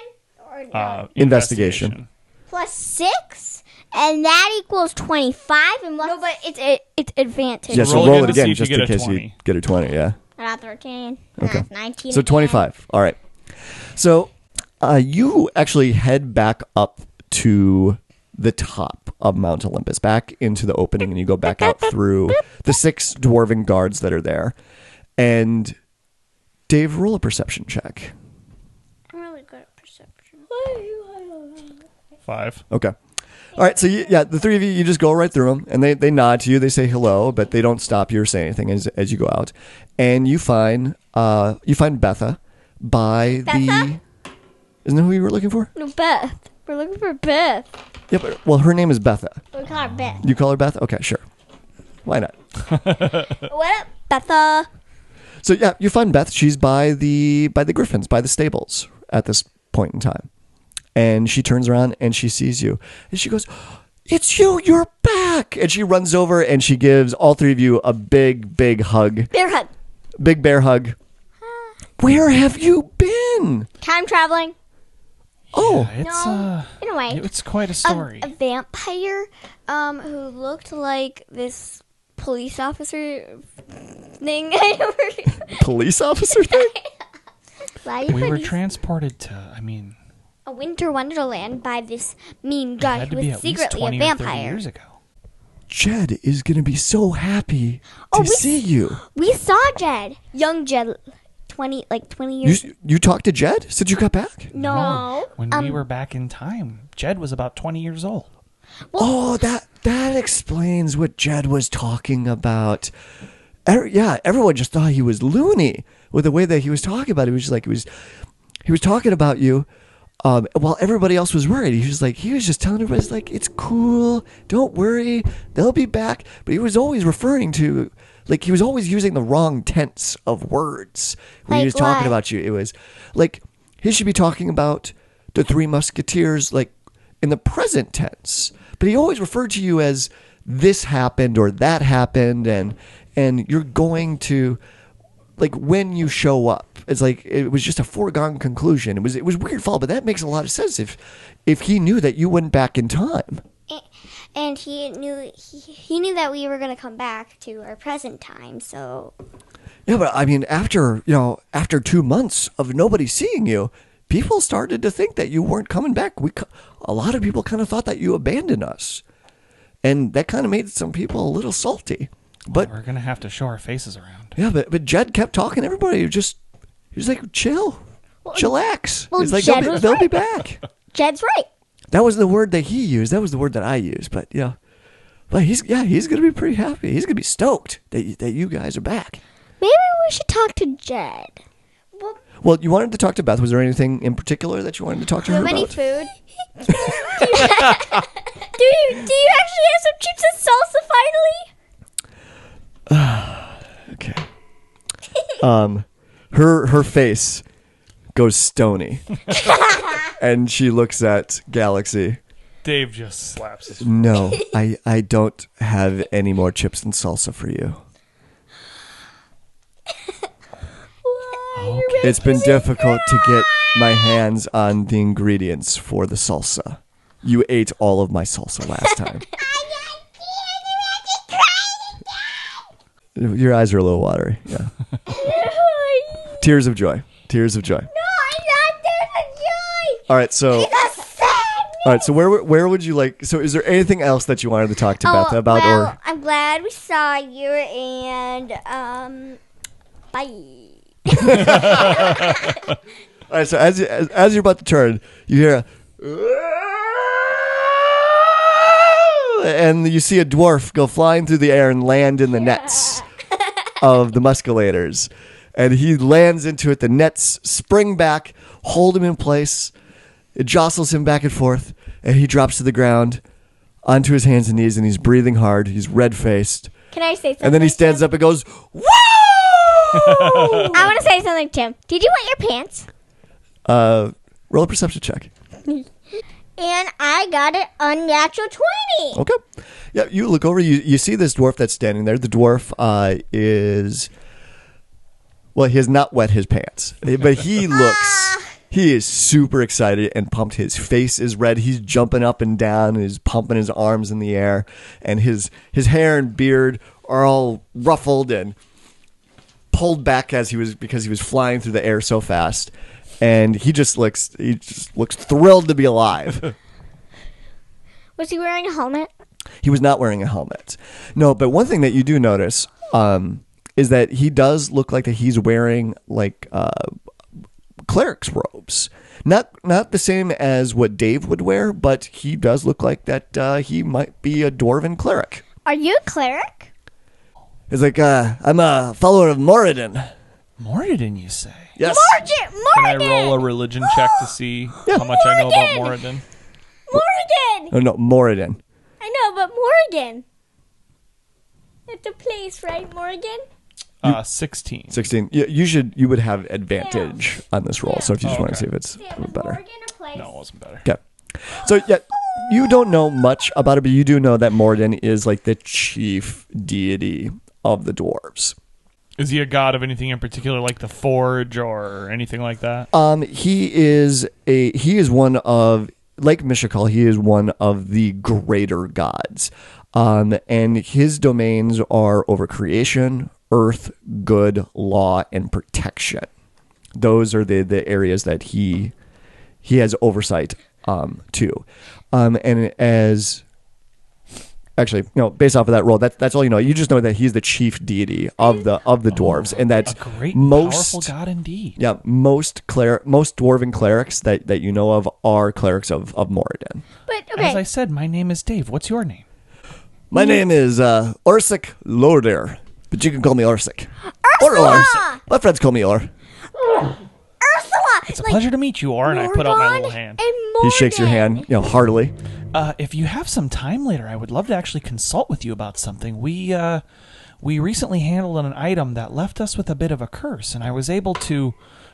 D: or no,
E: Uh,
A: Investigation.
D: plus 6 and that equals 25 and what? No, but it's it, it's advantage.
A: Yeah. So
E: Roll
A: roll
E: again
A: it
E: to see
A: again,
E: if you
A: just
E: get
A: in
E: a
A: case you
E: 20.
A: get a twenty. Yeah.
D: I got 13. Okay. 19.
A: So
D: again.
A: 25. All right. So uh, you actually head back up to the top of Mount Olympus, back into the opening, and you go back out through the six dwarven guards that are there. And Dave, roll a perception check.
E: Five.
A: Okay. All right. So, you, yeah, the three of you, you just go right through them and they, they nod to you. They say hello, but they don't stop you or say anything as, as you go out. And you find uh, you find Betha by the. Isn't that who you were looking for?
F: No, Beth. We're looking for Beth.
A: Yeah, but well, her name is Betha.
D: we call her Beth.
A: You call her Beth? Okay, sure. Why not?
F: What up, Betha?
A: So yeah, you find Beth. She's by the by the Griffins, by the stables at this point in time, and she turns around and she sees you, and she goes, "It's you! You're back!" And she runs over and she gives all three of you a big, big hug,
F: Bear hug.
A: big bear hug. Where have you been?
F: Time traveling.
A: Oh,
E: It's uh,
F: In a way.
E: it's quite a story.
F: a vampire um, who looked like this police officer thing.
A: police officer thing.
E: we were transported to. I mean,
B: a winter wonderland by this mean guy
E: Had
B: who
E: to be
B: was
E: at least
B: secretly a
E: twenty or thirty
B: vampire.
E: years ago.
A: Jed is gonna be so happy to
B: we-
A: see you.
B: We saw Jed, young Jed, twenty like twenty
A: You
B: years.
A: s- you talked to Jed since you got back?
B: no, Um,
E: When we were back in time, Jed was about twenty years old.
A: Oh, that that explains what Jed was talking about. Er, yeah, everyone just thought he was loony with the way that he was talking about it. He was just like he was he was talking about you um, while everybody else was worried. He was like he was just telling everybody it's like it's cool, don't worry, they'll be back. But he was always referring to like he was always using the wrong tense of words when he
B: Like
A: was talking
B: what?
A: about you. It was like he should be talking about the Three Musketeers like in the present tense, but he always referred to you as this happened or that happened, and and you're going to like when you show up. It's like it was just a foregone conclusion. It was it was weird fall, but that makes a lot of sense if if he knew that you went back in time.
B: and he knew he, he knew that we were gonna come back to our present time. So
A: Yeah, but I mean, after you know, after two months of nobody seeing you, people started to think that you weren't coming back. We, co- a lot of people, kind of thought that you abandoned us, and that kind of made some people a little salty. But
E: We're gonna have to show our faces around.
A: yeah, but but Jed kept talking. to Everybody He just he was like, chill, chillax.
B: well,
A: He's like,
B: Jed
A: they'll, be,
B: was
A: they'll be back.
B: Jed's right.
A: That was the word that he used. That was the word that I used. But yeah, but he's yeah, he's gonna be pretty happy. He's gonna be stoked that you, that you guys are back.
B: Maybe we should talk to Jed.
A: Well, you wanted to talk to Beth. Was there anything in particular that you wanted to talk to her
B: Have any
A: about?
B: food?
F: Do you, do you actually have some chips and salsa finally?
A: Okay. um, her her face goes stony, and she looks at Galaxy.
E: Dave just slaps his.
A: No, I I don't have any more chips and salsa for you.
E: Okay.
A: It's been difficult to get my hands on the ingredients for the salsa. You ate all of my salsa last time. Your eyes are a little watery. Yeah. Tears of joy. Tears of joy. All right, so all right, so where where would you like? So, is there anything else that you wanted to talk
D: Oh,
A: to Beth about,
B: Oh, well,
A: or
B: I'm glad we saw you, and um, bye.
A: all right? So, as you- as, as you're about to turn, you hear, a, and you see a dwarf go flying through the air and land in the nets of the musculators, and he lands into it. The nets spring back, hold him in place. It jostles him back and forth, and he drops to the ground, onto his hands and knees, and he's breathing hard. He's red faced.
B: Can I say something?
A: And then he stands up and goes, Woo!
B: I want to say something, Tim. Did you want your pants?
A: Uh, roll a perception check.
B: And I got an unnatural 20.
A: Okay. Yeah, you look over, you, you see this dwarf that's standing there. The dwarf uh, is. Well, he has not wet his pants, eh, but he looks. He is super excited and pumped. His face is red. He's jumping up and down. and He's pumping his arms in the air, and his his hair and beard are all ruffled and pulled back as he was because he was flying through the air so fast. And he just looks he just looks thrilled to be alive.
B: Was he wearing a helmet?
A: He was not wearing a helmet. No, but one thing that you do notice um, is that he does look like that he's wearing like uh, cleric's robes. Not not the same as what Dave would wear, but he does look like that uh, he might be a dwarven cleric.
B: Are you a cleric?
A: He's like, uh, I'm a follower of Moradin.
E: Moradin, you say?
A: Yes.
B: Jim,
E: Can I roll a religion check to see how much I know about Moradin?
B: Morgan!
A: Oh, no, Moradin.
B: I know, but Morgan. It's a place, right, Morgan?
E: Uh, sixteen.
A: 16. You, you should you would have advantage on this roll. So if you just
E: Oh,
A: want to see
E: okay.
A: if it's better.
B: a place?
E: No, it wasn't better.
A: Okay. So yeah, you don't know much about it, but you do know that Morden is like the chief deity of the dwarves.
E: Is he a god of anything in particular, like the Forge or anything like that?
A: Um, he is a he is one of like Mishakal. He is one of the greater gods, um, and his domains are over creation, earth, good, law, and protection. Those are the the areas that he he has oversight um, too. Um, and as actually no, based off of that role, that, that's all you know. You just know that he's the chief deity of the of the dwarves, and that's
E: A great, powerful
A: most
E: god indeed.
A: yeah most cler most dwarven clerics that that you know of are clerics of of Moradin.
F: But
E: As
F: okay,
E: I said, my name is Dave. What's your name?
A: My name is uh, Orsic Lorder, but you can call me Orsic. Or Orsic. My friends call me Or.
F: Ursula.
E: It's a pleasure to meet you, Or. And I put out my little hand.
A: He shakes your hand, you know, heartily.
E: Uh, if you have some time later, I would love to actually consult with you about something. We uh, we recently handled an item that left us with a bit of a curse, and I was able to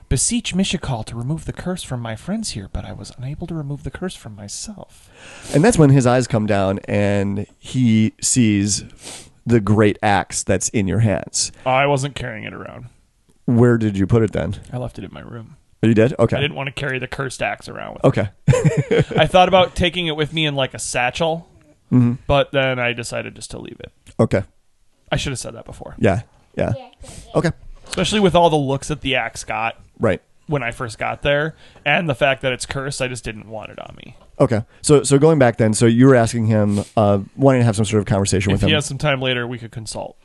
E: beseech Mishikal to remove the curse from my friends here, but I was unable to remove the curse from myself.
A: And that's when his eyes come down and he sees the great axe that's in your hands.
E: I wasn't carrying it around.
A: Where did you put it then?
E: I left it in my room.
A: You did? Okay.
E: I didn't want to carry the cursed axe around with
A: Okay.
E: me. I thought about taking it with me in like a satchel,
A: Mm-hmm.
E: but then I decided just to leave it.
A: okay.
E: I should have said that before.
A: Yeah. Yeah. Okay.
E: Especially with all the looks that the axe got
A: Right.
E: when I first got there and the fact that it's cursed, I just didn't want it on me.
A: Okay. So so going back then, so you were asking him, uh, wanting to have some sort of conversation
E: If
A: with him.
E: he has some time later, we could consult.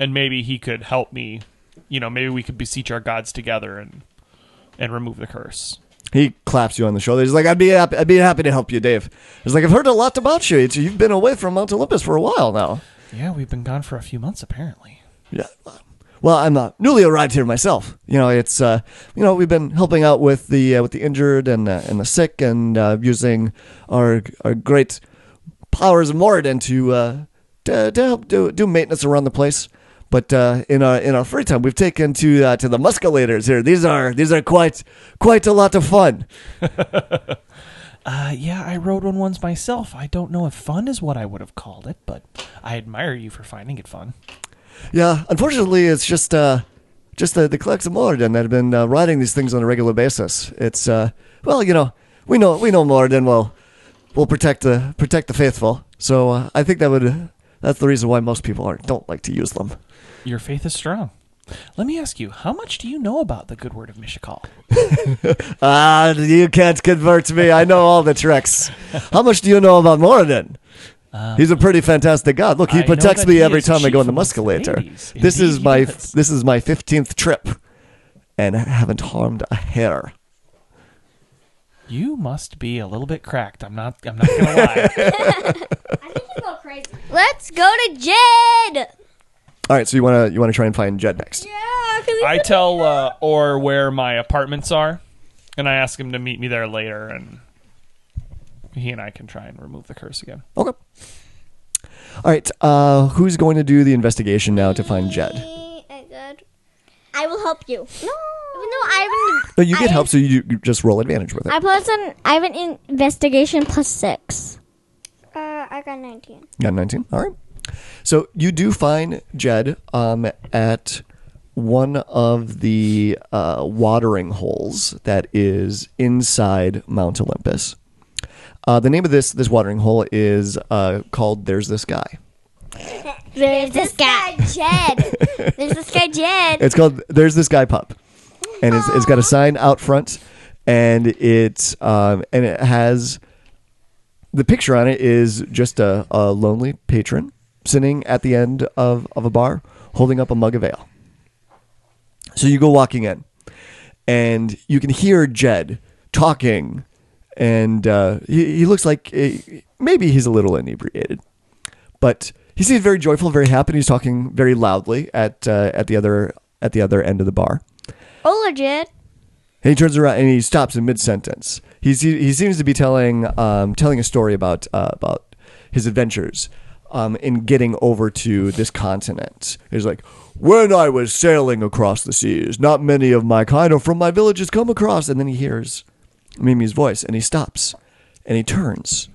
E: And maybe he could help me. You know, maybe we could beseech our gods together and and remove the curse.
A: He claps you on the shoulder. He's like, "I'd be happy, I'd be happy to help you, Dave." He's like, "I've heard a lot about you. It's, you've been away from Mount Olympus for a while now."
E: Yeah, we've been gone for a few months apparently.
A: Yeah. Well, I'm uh, newly arrived here myself. You know, it's uh, you know we've been helping out with the uh, with the injured and uh, and the sick and uh, using our our great powers of Moradin to uh, to, to help do, do maintenance around the place. But uh, in our in our free time, we've taken to uh, to the musculators here. These are these are quite quite a lot of fun.
E: Uh, yeah, I rode one once myself. I don't know if fun is what I would have called it, but I admire you for finding it fun.
A: Yeah, unfortunately, it's just uh, just the the clerks of Moradin that have been uh, riding these things on a regular basis. It's uh, well, you know, we know we know Moradin will will protect the protect the faithful. So uh, I think that would that's the reason why most people aren't don't like to use them.
E: Your faith is strong. Let me ask you, how much do you know about the good word of Mishikal?
A: Ah, you can't convert me. I know all the tricks. How much do you know about Moradin? He's a pretty fantastic god. Look,
E: Um, I
A: he
E: know
A: protects
E: that
A: me
E: he
A: every
E: is the
A: time I go in the
E: chief amongst the
A: musculator.
E: ladies.
A: this
E: Indeed
A: is
E: he
A: my
E: does.
A: this is my fifteenth trip, and I haven't harmed a hair.
E: You must be a little bit cracked. I'm not. I'm not gonna lie.
F: Let's go to Jed.
A: All right, so you want to you want to try and find Jed next.
E: I tell uh, or where my apartments are, and I ask him to meet me there later, and he and I can try and remove the curse again.
A: Okay. All right, uh, who's going to do the investigation now to find Jed?
D: I will help you. No.
F: No, I
A: No, you get help, so you you just roll advantage with it.
D: I plus an I have an investigation plus six.
B: Uh, I got 19.
A: Got a 19. All right. So you do find Jed um, at one of the uh, watering holes that is inside Mount Olympus. Uh, the name of this this watering hole is uh, called "There's This Guy."
F: There's this guy, Jed. There's this guy, Jed.
A: It's called "There's This Guy" pub, and it's, it's got a sign out front, and it um, and it has the picture on it is just a, a lonely patron sitting at the end of, of a bar holding up a mug of ale. So you go walking in, and you can hear Jed talking, and uh, he, he looks like eh, maybe he's a little inebriated but he seems very joyful, very happy. and He's talking very loudly at uh, at the other at the other end of the bar.
F: Hola, Jed.
A: And he turns around and he stops in mid sentence. He he seems to be telling um, telling a story about uh, about his adventures um, in getting over to this continent. He's like, when I was sailing across the seas, not many of my kind or from my villages come across. And then he hears Mimi's voice and he stops and he turns.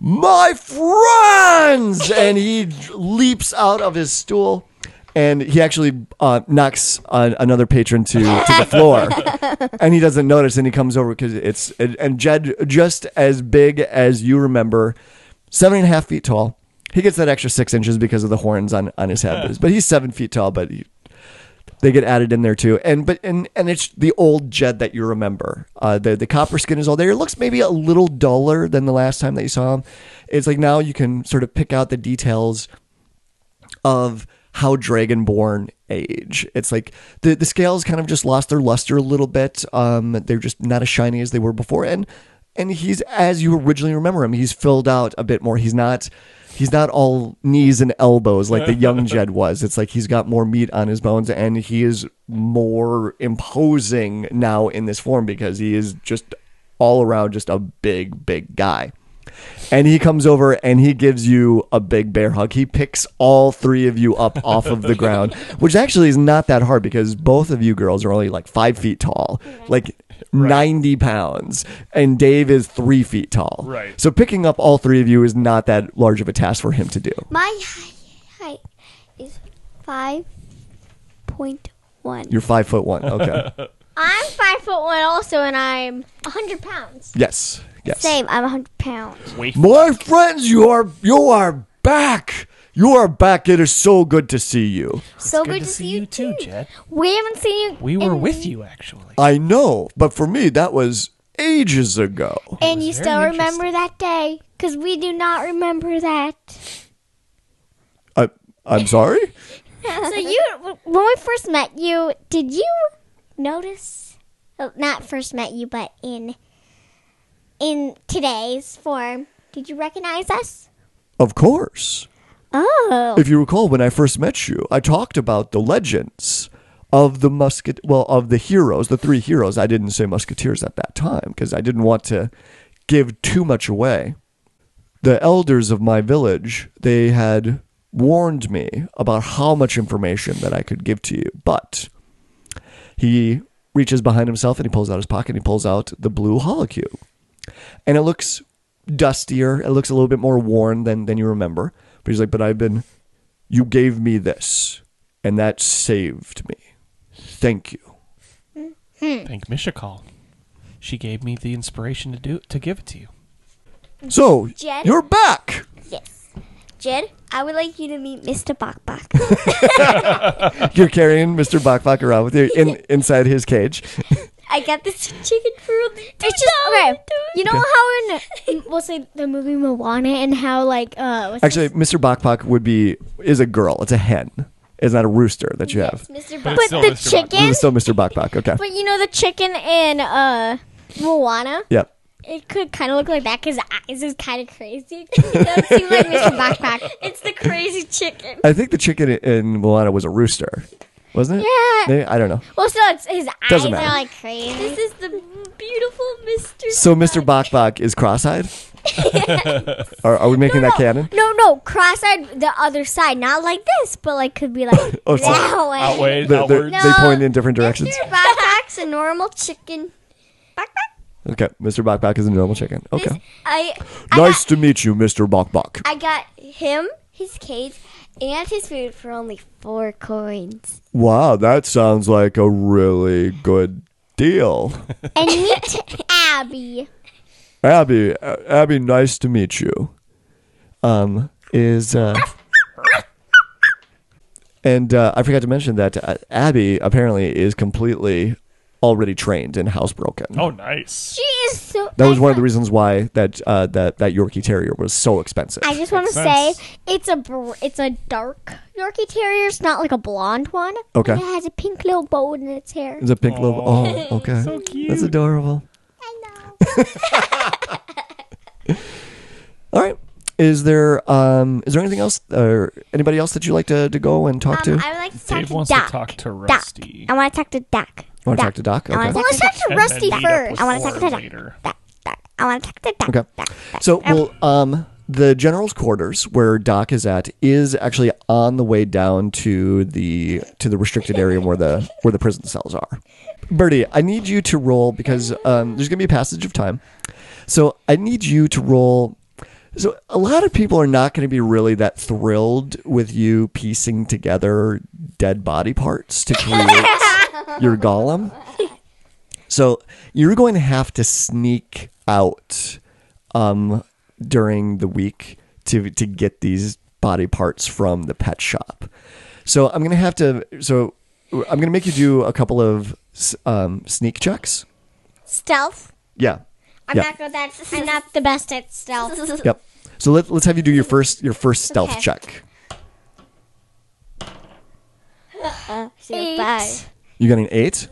A: My friends! And he leaps out of his stool and he actually uh, knocks uh, another patron to, to the floor. and he doesn't notice and he comes over because it's. And, and Jed, just as big as you remember, seven and a half feet tall. He gets that extra six inches because of the horns on, on his head. But he's seven feet tall, but he, They get added in there too, and but and and it's the old Jed that you remember. Uh, the the copper skin is all there. It looks maybe a little duller than the last time that you saw him. It's like now you can sort of pick out the details of how Dragonborn age. It's like the the scales kind of just lost their luster a little bit. Um, they're just not as shiny as they were before, and and he's as you originally remember him. He's filled out a bit more. He's not he's not all knees and elbows like the young Jed was. It's like he's got more meat on his bones, and he is more imposing now in this form because he is just all around just a big big guy. And he comes over and he gives you a big bear hug. He picks all three of you up off of the ground, which actually is not that hard because both of you girls are only like five feet tall, like 90 pounds, and Dave is three feet tall.
E: Right.
A: So picking up all three of you is not that large of a task for him to do.
B: My height is 5.1.
A: You're five foot one. Okay.
D: I'm five foot one also, and I'm a hundred pounds.
A: yes. Yes.
B: Same, I'm 100 pounds.
A: My friends, you are you are back. You are back. It is so good to see you.
D: So good,
E: to see you too, Jed.
D: We haven't seen you,
E: We were with you actually.
A: I know, but for me that was ages ago.
D: and you
E: very
D: still remember that day because we do not remember that.
A: I, I'm sorry?
D: so you, when we first met you, did you notice? oh, Not first met you, but in in today's form, did you recognize us?
A: of course.
D: Oh,
A: If you recall, when I first met you, I talked about the legends of the musket, well, of the heroes, the three heroes. I didn't say musketeers at that time because I didn't want to give too much away. The elders of my village, they had warned me about how much information that I could give to you, but he reaches behind himself and he pulls out his pocket and he pulls out the blue holocube. And it looks dustier, it looks a little bit more worn than than you remember. But he's like, "But I've been you gave me this and that saved me. Thank you."
D: Hmm.
E: Thank Mishakal. She gave me the inspiration to do to give it to you.
A: So,
B: Jed?
A: you're back.
B: Jed, I would like you to meet Mr. Bakbak.
A: You're carrying Mr. Bakbak around with you in, inside his cage.
B: I got this chicken from
D: it's just okay. You know how in we'll say the movie Moana and how like uh what's
A: Actually, Mr. Bakbak would be is a girl. It's a hen. It's not a rooster that you have.
B: Mr.
E: But,
B: Bak.
D: but
E: it's still
D: the
E: Mr. Bach.
A: This
D: chicken,
A: is still Mr. Bakbak. Okay.
D: but you know the chicken in uh Moana.
A: Yep.
D: It could kind of look like that because the eyes is kind of crazy. It does seem like Mr. Backpack.
F: It's the crazy chicken.
A: I think the chicken in Moana was a rooster, wasn't it?
D: Yeah.
A: Maybe- I don't know.
D: Well, still, it's his eyes
A: Doesn't
D: are
A: matter.
D: like crazy.
F: This is the beautiful Mr.
A: So Mr. Bakbak is cross-eyed. are, are we making that canon?
D: No, no, cross-eyed the other side, not like this, but like could be like
A: Oh, sorry.
D: that way.
E: Outweighed
A: They're- they're-
E: outwards.
A: They point in different directions.
B: Mr. Bakbak's a normal chicken.
A: Okay, Mr. Bakbak is a normal chicken. Okay.
B: I
A: Nice to meet you, Mr. Bakbak.
B: I got him, his cage, and his food for only four coins.
A: Wow, that sounds like a really good deal.
D: And meet Abby.
A: Abby, uh, Abby, nice to meet you. Um, is uh, and uh, I forgot to mention that uh, Abby apparently is completely already trained and housebroken.
E: Oh, nice.
D: She is so.
A: That was one of the reasons why that uh, that that Yorkie Terrier was so expensive.
D: I just want to
E: Makes
D: say
E: sense.
D: it's a br- it's a dark Yorkie Terrier. It's not like a blonde one.
A: Okay. Mm.
D: And it has a pink little bow in its hair.
A: It's a pink little. Oh, okay. So
E: cute.
A: That's adorable.
D: I
A: All right. Is there um is there anything else or anybody else that you like to, to go and talk to?
D: Um, I would like to talk
E: Dave
D: to
E: wants
D: Doc.
E: to talk to
D: Doc.
E: Rusty.
D: I want to talk to Doc.
A: Want to talk to Doc?
D: Um, I
A: Okay.
D: want to talk to
E: And
D: Rusty
E: then meet up
D: first.
E: with
D: I want to talk
E: Thor
D: to Doc.
E: later.
D: Doc, Doc. I want to talk to Doc.
A: Okay.
D: Doc, Doc.
A: So, well, um, the general's quarters where Doc is at is actually on the way down to the to the restricted area where the where the prison cells are. Bertie, I need you to roll because um, there's going to be a passage of time. So I need you to roll. So a lot of people are not going to be really that thrilled with you piecing together dead body parts to create your golem. So you're going to have to sneak out um, during the week to to get these body parts from the pet shop. So I'm gonna have to. So I'm going to make you do a couple of s- um, sneak checks.
D: Stealth.
A: Yeah.
D: I'm
A: Yeah.
D: not good at. I'm not the best at stealth.
A: Yep. So let, let's have you do your first your first stealth
D: Okay.
A: check.
F: Eight.
A: You got an eight.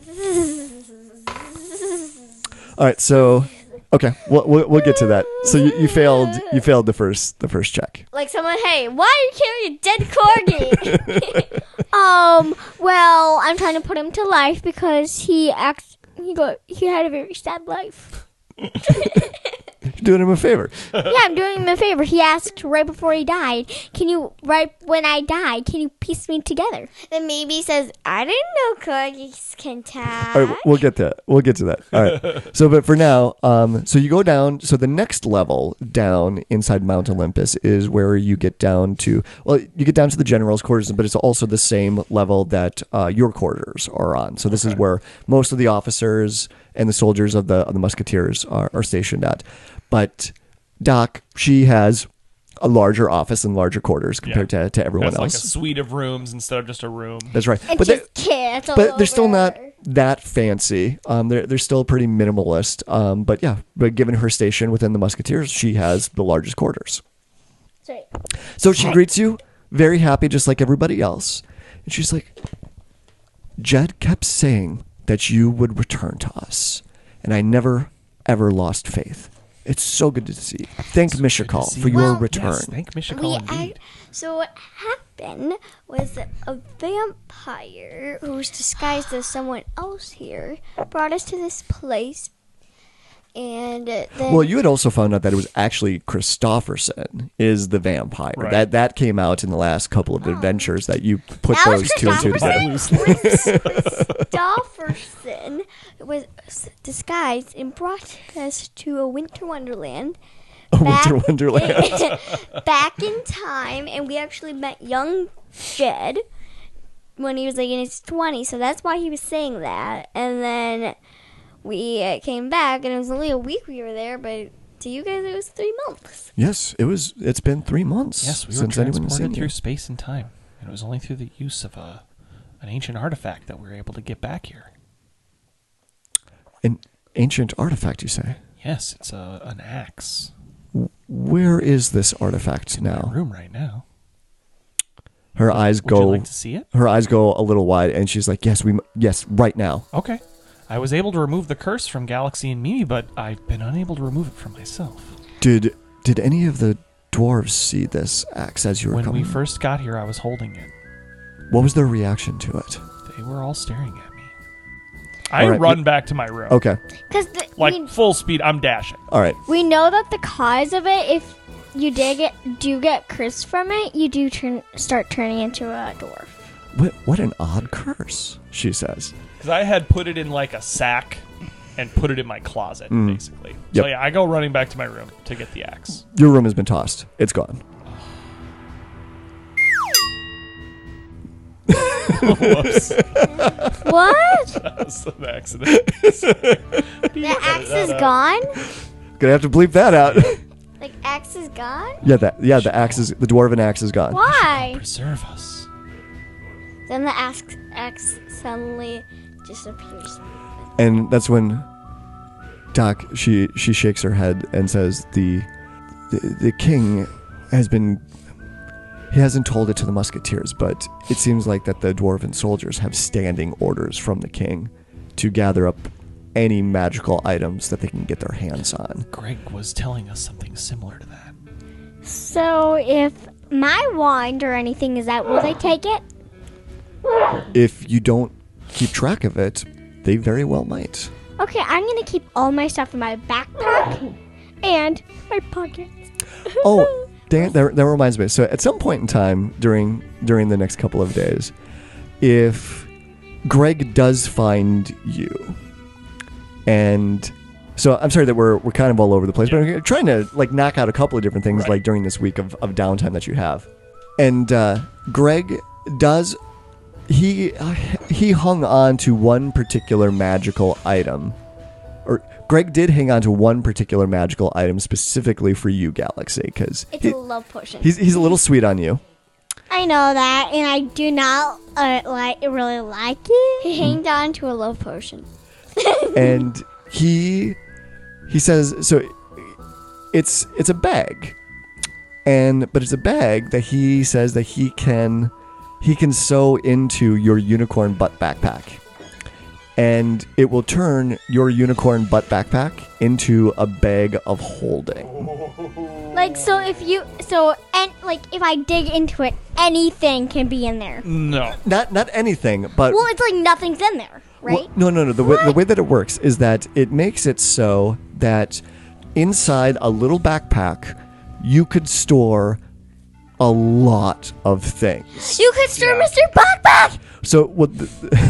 A: All right. So okay, we'll, we'll, we'll get to that. So you, you failed you failed the first the first check.
F: Like someone, hey, why are you carrying a dead corgi?
D: Um. Well, I'm trying to put him to life because he act. He got. He had a very sad life.
A: You're doing him a favor.
D: yeah, I'm doing him a favor. He asked right before he died, "Can you right when I die? Can you piece me together?"
F: then maybe he says, I didn't know corgis can talk.
A: All right, we'll get to that. We'll get to that. All right. So, but for now, um, so you go down. So the next level down inside Mount Olympus is where you get down to. Well, you get down to the general's quarters, but it's also the same level that uh, your quarters are on. So this is where most of the officers and the soldiers of the of the musketeers are, are stationed at. But Doc, she has a larger office and larger quarters compared to, to everyone
E: That's like a
A: else.
E: suite of rooms instead of just a room.
A: That's right.
D: It's
A: but they-
D: just kids. all
A: but they're still not
D: over.
A: that fancy. Um, they're they're still pretty minimalist. Um, but yeah, but given her station within the Musketeers, she has the largest quarters.
D: Sorry.
A: So she greets you, very happy, just like everybody else, and she's like, "Jed kept saying that you would return to us, and I never ever lost faith. It's so good to see. you. Thank Mishakal for your return."
E: thank
F: We
E: Mishikal
F: act- so what happened was a vampire who was disguised as someone else here brought us to this place, and uh, then
A: Well, you had also found out that it was actually Christofferson is the vampire.
E: Right.
A: That that came out in the last couple of adventures that you put
F: Oh. That was
A: those two and two together.
F: Christofferson was s- disguised and brought us to a winter wonderland.
A: A Winter
F: Back-
A: Wonderland.
F: back in time, and we actually met young Jed when he was like in his 20s, so that's why he was saying that. And then we uh, came back, and it was only a week we were there, but to you guys, it was three months.
A: yes, it was. It's been three months
E: Yes, we were
A: since anyone
E: transported
A: has seen
E: through
A: you.
E: space and time, and it was only through the use of a an ancient artifact that we were able to get back here.
A: An ancient artifact, you say?
E: Yes, it's a an axe
A: Where is this artifact
E: in our
A: now?
E: room right now.
A: Her eyes
E: Would you
A: Oh. go.
E: like to see it?
A: Her eyes go a little wide, and she's like, "Yes, we. m- Yes, right now."
E: Okay. I was able to remove the curse from Galaxy and Mimi, but I've been unable to remove it from myself.
A: Did Did any of the dwarves see this axe as you were
E: When
A: coming?
E: we first got here, I was holding it.
A: what was their reaction to it?
E: They were all staring at me. I
A: All right,
E: run back to my room.
A: Okay,
D: Because
E: Like
D: we,
E: full speed, I'm dashing.
A: all right.
D: we know that the cause of it, if you did get do get cursed from it, you do turn start turning into a dwarf.
A: What, what an odd curse, she says.
E: Because I had put it in like a sack and put it in my closet, basically. So
A: Mm. Yep.
E: yeah, I go running back to my room to get the axe.
A: Your room has been tossed. It's gone.
E: Whoops.
D: What?
E: that was an accident.
F: The axe is gone?
A: Gonna have to bleep that out.
F: Like, axe is gone?
A: yeah, that yeah, the axe is the dwarven axe is gone.
D: Why?
E: Preserve us.
F: Then the axe, axe suddenly disappears.
A: And that's when Doc she she shakes her head and says the the, the king has been he hasn't told it to the musketeers, but it seems like that the dwarven soldiers have standing orders from the king to gather up any magical items that they can get their hands on.
E: Greg was telling us something similar to that.
D: So if my wand or anything is out, will they take it?
A: If you don't keep track of it, they very well might.
D: Okay, I'm gonna keep all my stuff in my backpack and my pockets.
A: Oh, Dan, that, that reminds me. So at some point in time during during the next couple of days, if Greg does find you, and so I'm sorry that we're we're kind of all over the place, but I'm trying to like knock out a couple of different things like during this week of, of downtime that you have, and uh, Greg does he uh, he hung on to one particular magical item or Greg did hang on to one particular magical item specifically for you, Galaxy, because
F: It's a love potion.
A: he's he's a little sweet on you,
D: I know that, and I do not uh, like really like it.
A: Hmm.
F: He hanged on to a love potion.
A: and he he says so it's it's a bag and but it's a bag that he says that he can he can sew into your unicorn butt backpack and it will turn your unicorn butt backpack into a bag of holding
D: Like so, if you so and like if I dig into it, anything can be in
A: Hmm.
D: there.
E: No.
A: not not anything but
D: Well, it's like nothing's in there,
A: Well,
D: right?
A: no, no, no. The way, the way that it works is that it makes it so that inside a little backpack, you could store a lot of things.
D: You could store
E: Yeah.
D: Mr. Backpack.
A: So what? The,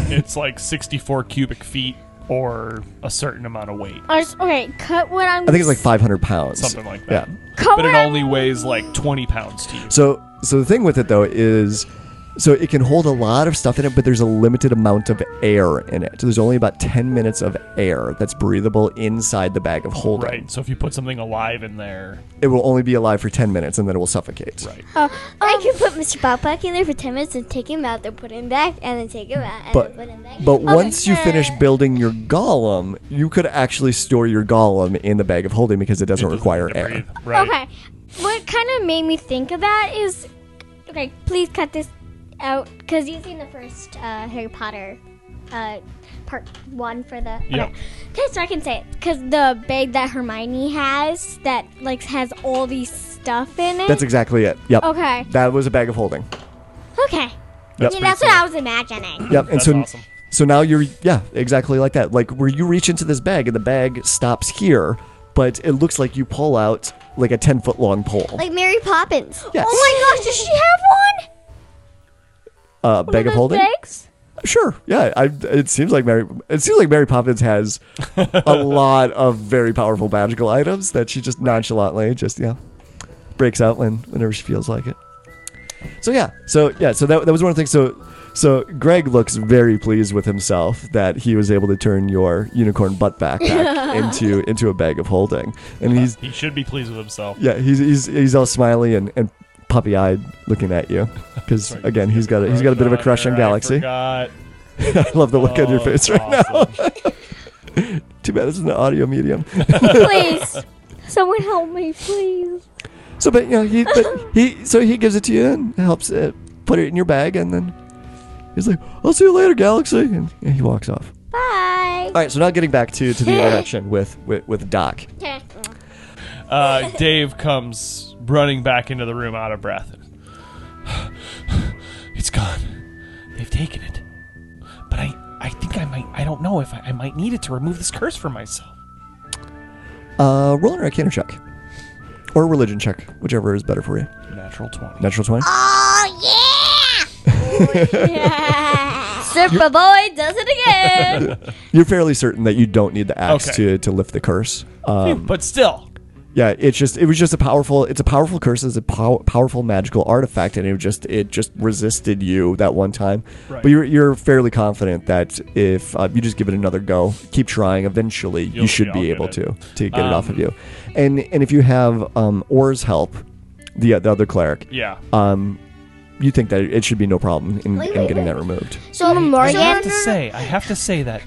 E: It's like 64 cubic feet or a certain amount of weight.
D: Or, s- okay, cut what I'm.
A: I think it's like 500 pounds,
E: Something like that.
A: Yeah.
D: cut what
E: But it
D: I'm-
E: only weighs like 20 pounds to you.
A: So, so the thing with it though is, so it can hold a lot of stuff in it, but there's a limited amount of air in it. So there's only about 10 minutes of air that's breathable inside the bag of holding.
E: Right. So if you put something alive in there,
A: It will only be alive for 10 minutes, and then it will suffocate.
E: Right.
F: I could put Mr. Backpack in there for 10 minutes and take him out, then put him back, and then take him out, and
A: But
F: then put him back.
A: but once you finish building your golem, you could actually store your golem in the bag of holding because it doesn't
E: it doesn't
A: require
E: need to
A: air.
E: breathe. Right.
D: Okay. What kind of made me think of that is, okay, please cut this out because you've seen the first uh, Harry Potter, uh, part one for the. Okay.
E: Yeah.
D: Okay, so I can say it because the bag that Hermione has that like has all these stuff in it.
A: That's exactly it. Yep.
D: Okay.
A: That was a bag of holding.
D: okay.
A: That's
D: yeah, that's
E: pretty
D: what I was imagining.
A: Yep. And
E: That's
A: so
E: awesome.
A: so now you're yeah exactly like that. Like where you reach into this bag and the bag stops here, but it looks like you pull out like a ten foot long pole.
F: like Mary Poppins.
A: yes.
D: Oh my gosh, does she have one?
A: uh, bag of
D: Those
A: holding.
D: bags?
A: Sure. Yeah. I, it seems like Mary. It seems like Mary Poppins has a lot of very powerful magical items that she just nonchalantly just yeah breaks out when whenever she feels like it. So yeah. So yeah. So that, that was one of the things. So so Greg looks very pleased with himself that he was able to turn your unicorn butt backpack into into a bag of holding, and he's
E: He should be pleased with himself.
A: yeah, he's he's he's all smiley and, and puppy eyed looking at you because again he's got a, he's got a bit of a crush on
E: there, Uh, I
A: Galaxy.
E: forgot.
A: I love the look on your
E: Oh,
A: face right now.
E: awesome.
A: Too bad this is an audio medium.
D: Please. Someone help me, please.
A: So, but you know, he, but he, so he gives it to you and helps uh put it in your bag, and then he's like, "I'll see you later, Galaxy," and, and he walks off.
D: Bye.
A: All right, so now getting back to to the interaction with with, with Doc.
D: Okay.
E: Uh, Dave comes running back into the room out of breath. It's gone. They've taken it. But I, I think I might. I don't know if I, I might need it to remove this curse for myself.
A: Uh, roll an Arcana check or a religion check, whichever is better for you.
E: Natural twenty.
A: Natural twenty.
F: Surfer Boy does it again.
A: You're fairly certain that you don't need the axe
E: Okay.
A: to to lift the curse. Um,
E: but still,
A: yeah it's just it was just a powerful it's a powerful curse it's a pow- powerful magical artifact and it just it just resisted you that one time
E: Right.
A: but you're, you're fairly confident that if uh, you just give it another go keep trying eventually you
E: You'll-
A: should
E: yeah,
A: be
E: I'll
A: able
E: get
A: to
E: it.
A: to get it off
E: Um,
A: of you and and if you have um orr's help the, the other cleric
E: yeah.
A: um you think that it should be no problem in, in getting that removed
D: So,
E: I have
D: Morgan.
E: to say, I have to say that,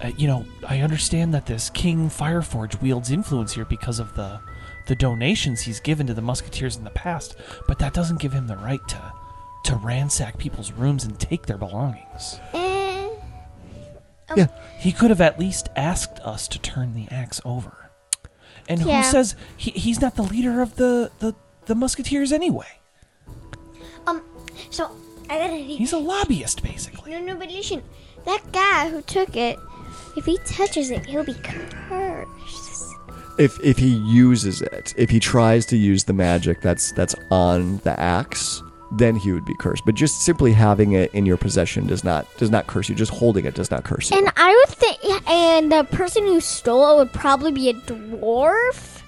E: uh, you know, I understand that this King Fireforge wields influence here because of the, the donations he's given to the Musketeers in the past, but that doesn't give him the right to, to ransack people's rooms and take their belongings.
A: Yeah.
E: He could have at least asked us to turn the axe over. And
D: Yeah.
E: who says he, he's not the leader of the, the, the Musketeers anyway?
F: Um, so I got an idea.
E: He's a lobbyist, basically.
F: No, no, but listen. That guy who took it, if he touches it, he'll be cursed.
A: if if he uses it, if he tries to use the magic that's that's on the axe, then he would be cursed. But just simply having it in your possession does not does not curse you. Just holding it does not curse you.
D: And I would think, and the person who stole it would probably be a dwarf.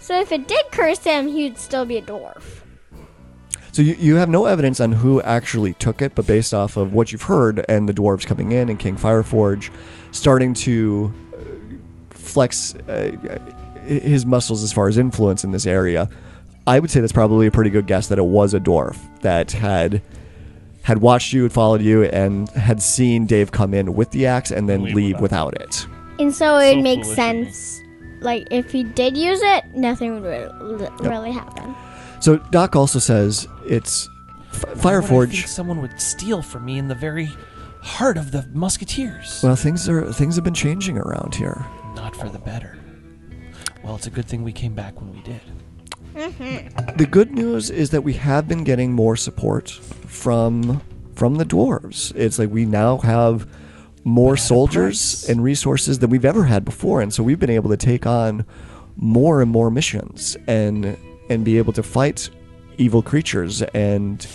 D: So if it did curse him, he'd still be a dwarf.
A: so you, you have no evidence on who actually took it, but based off of what you've heard and the dwarves coming in and King Fireforge starting to uh, flex uh, his muscles as far as influence in this area, I would say that's probably a pretty good guess that it was a dwarf that had had watched you and followed you and had seen Dave come in with the axe and then
G: Leave
A: leave
G: without
A: without it.
D: And so it
G: So
D: makes
G: foolish of me.
D: sense. Like if he did use it, nothing would really, really happen.
A: So Doc also says it's F-
E: Why would I think
A: Fireforge.
E: someone would steal from me in the very heart of the Musketeers.
A: Well, things are things have been changing around here.
E: Not for the better. Well, it's a good thing we came back when we did.
A: The good news is that we have been getting more support from from the dwarves. It's like we now have more soldiers and resources than we've ever had before, and so we've been able to take on more and more missions and and be able to fight evil creatures and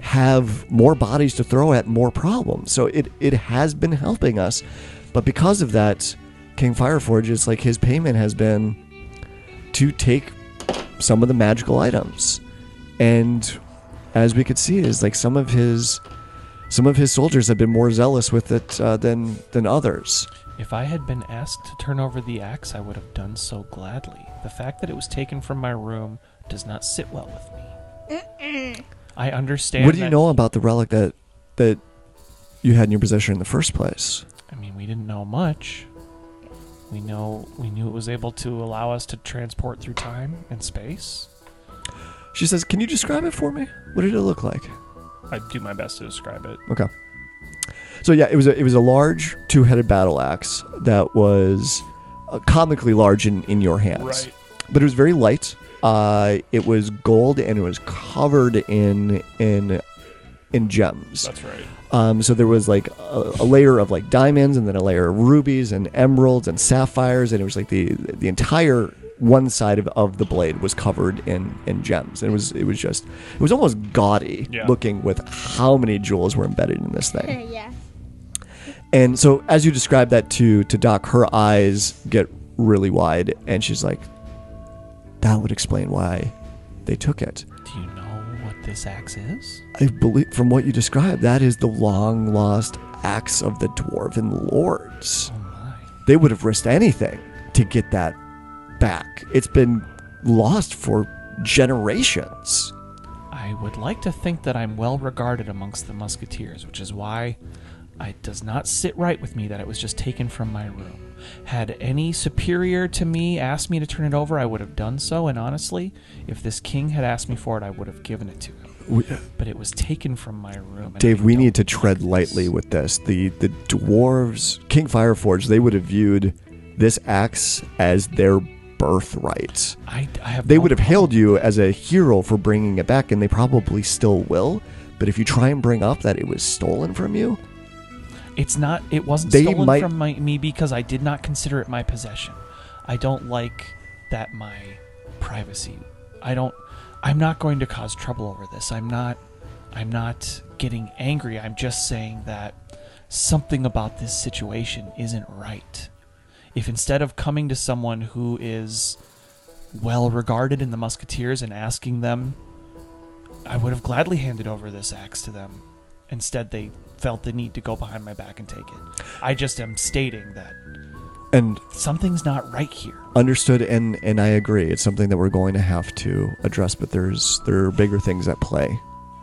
A: have more bodies to throw at more problems. So it it has been helping us, but because of that, King Fireforge, it's like his payment has been to take some of the magical items. And as we could see, is like some of his some of his soldiers have been more zealous with it uh, than than others.
E: If I had been asked to turn over the axe, I would have done so gladly. The fact that it was taken from my room does not sit well with me. I understand.
A: what do you
E: that-
A: know about the relic that that you had in your possession in the first place?
E: I mean, we didn't know much. We know we knew it was able to allow us to transport through time and space.
A: She says, "Can you describe it for me? What did it look like?"
G: I do my best to describe it.
A: Okay. So yeah, it was a, it was a large two-headed battle axe that was uh, comically large in, in your hands.
G: Right.
A: but it was very light. Uh, it was gold and it was covered in in in gems.
G: That's right.
A: Um, so there was like a, a layer of like diamonds and then a layer of rubies and emeralds and sapphires and it was like the the entire one side of, of the blade was covered in in gems and it was it was just it was almost gaudy
G: Yeah.
A: looking with how many jewels were embedded in this thing.
D: Yeah.
A: And so as you describe that to to Doc, her eyes get really wide and she's like, That would explain why they took it.
E: Do you know what this axe is?
A: I believe from what you described, that is the long lost axe of the dwarven lords.
E: Oh my.
A: They would have risked anything to get that back. It's been lost for generations.
E: I would like to think that I'm well regarded amongst the Musketeers, which is why it does not sit right with me that it was just taken from my room. Had any superior to me asked me to turn it over, I would have done so, and honestly, if this king had asked me for it, I would have given it to him.
A: We, uh,
E: But it was taken from my room. and
A: Dave,
E: I
A: we
E: don't
A: need to
E: like
A: tread
E: this.
A: lightly with this. The the dwarves, King Fireforge, they would have viewed this axe as their birthright.
E: I, I have
A: They
E: no
A: would have
E: problem.
A: hailed you as a hero for bringing it back, and they probably still will. But if you try and bring up that it was stolen from you,
E: It's not. It wasn't
A: They
E: stolen
A: might-
E: from my, me because I did not consider it my possession. I don't like that my privacy. I don't. I'm not going to cause trouble over this. I'm not. I'm not getting angry. I'm just saying that something about this situation isn't right. If instead of coming to someone who is well regarded in the Musketeers and asking them, I would have gladly handed over this axe to them. Instead, they felt the need to go behind my back and take it. I just am stating that
A: and
E: something's not right here.
A: understood, and and I agree, it's something that we're going to have to address. But there's there are bigger things at play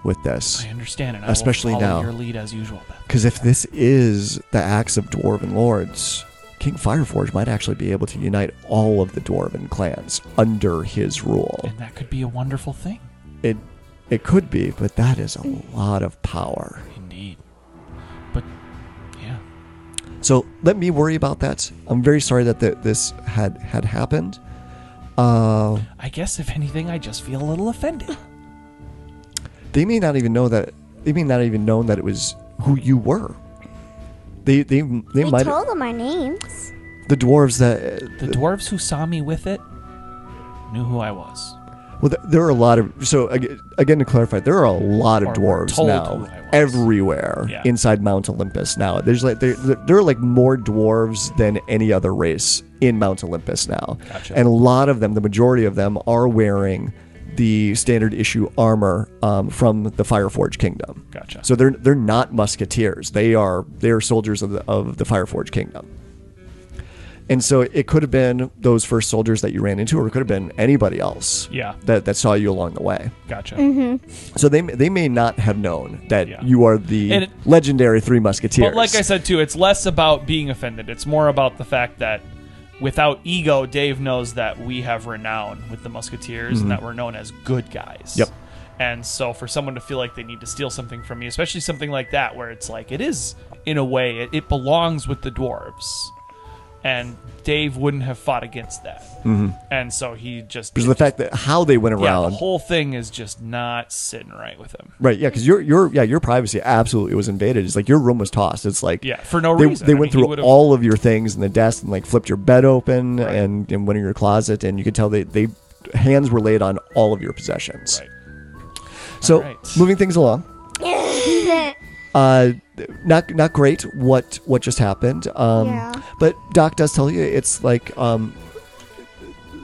A: with this.
E: I understand, and I
A: Especially
E: will follow
A: now.
E: your lead as usual, Beth.
A: Because if this is the axe of dwarven lords, King Fireforge might actually be able to unite all of the dwarven clans under his rule.
E: And that could be a wonderful thing,
A: It it could be, but that is a lot of power.
E: indeed. But yeah,
A: So let me worry about that. I'm very sorry that th- this had had happened. Uh,
E: I guess if anything, I just feel a little offended.
A: they may not even know that. They may not even known that it was who you were. They they they
H: We
A: might
H: told them our names.
A: the dwarves that
E: The dwarves who saw me with it knew who I was.
A: Well, th- there are a lot of so ag- again to clarify, there are a lot of
E: Or were
A: dwarves
E: told who
A: now
E: I was.
A: everywhere
E: Yeah.
A: inside Mount Olympus. Now there's like there, there there are like more dwarves than any other race in Mount Olympus now,
E: Gotcha.
A: and a lot of them, the majority of them, are wearing the standard issue armor um, from the Fireforge Kingdom.
E: Gotcha.
A: So they're they're not musketeers. They are they are soldiers of the of the Fireforge Kingdom. And so it could have been those first soldiers that you ran into, or it could have been anybody else
E: Yeah.
A: that, that saw you along the way.
E: Gotcha.
A: So they they may not have known that
E: Yeah.
A: you are the
E: And it-
A: legendary Three Musketeers.
E: But like I said too, it's less about being offended. It's more about the fact that without ego, Dave knows that we have renown with the Musketeers and that we're known as good guys.
A: Mhm. Yep.
E: And so for someone to feel like they need to steal something from me, especially something like that where it's like it is in a way it, it belongs with the dwarves. And Dave wouldn't have fought against that. Mm-hmm. And so he just
A: Because the fact that how they went
E: yeah, the
A: around,
E: whole thing is just not sitting right with him.
A: right? Yeah, because your your yeah your privacy absolutely was invaded. It's like your room was tossed. It's like
E: Yeah, for no
A: they,
E: reason.
A: They
E: I
A: went
E: mean, he
A: through
E: would've-
A: all of your things in the desk and like flipped your bed open and and went in your closet, and you could tell they they hands were laid on all of your possessions.
E: Right.
A: So
E: right.
A: moving things along. uh, not not great. What what just happened? Um, But Doc does tell you it's like um,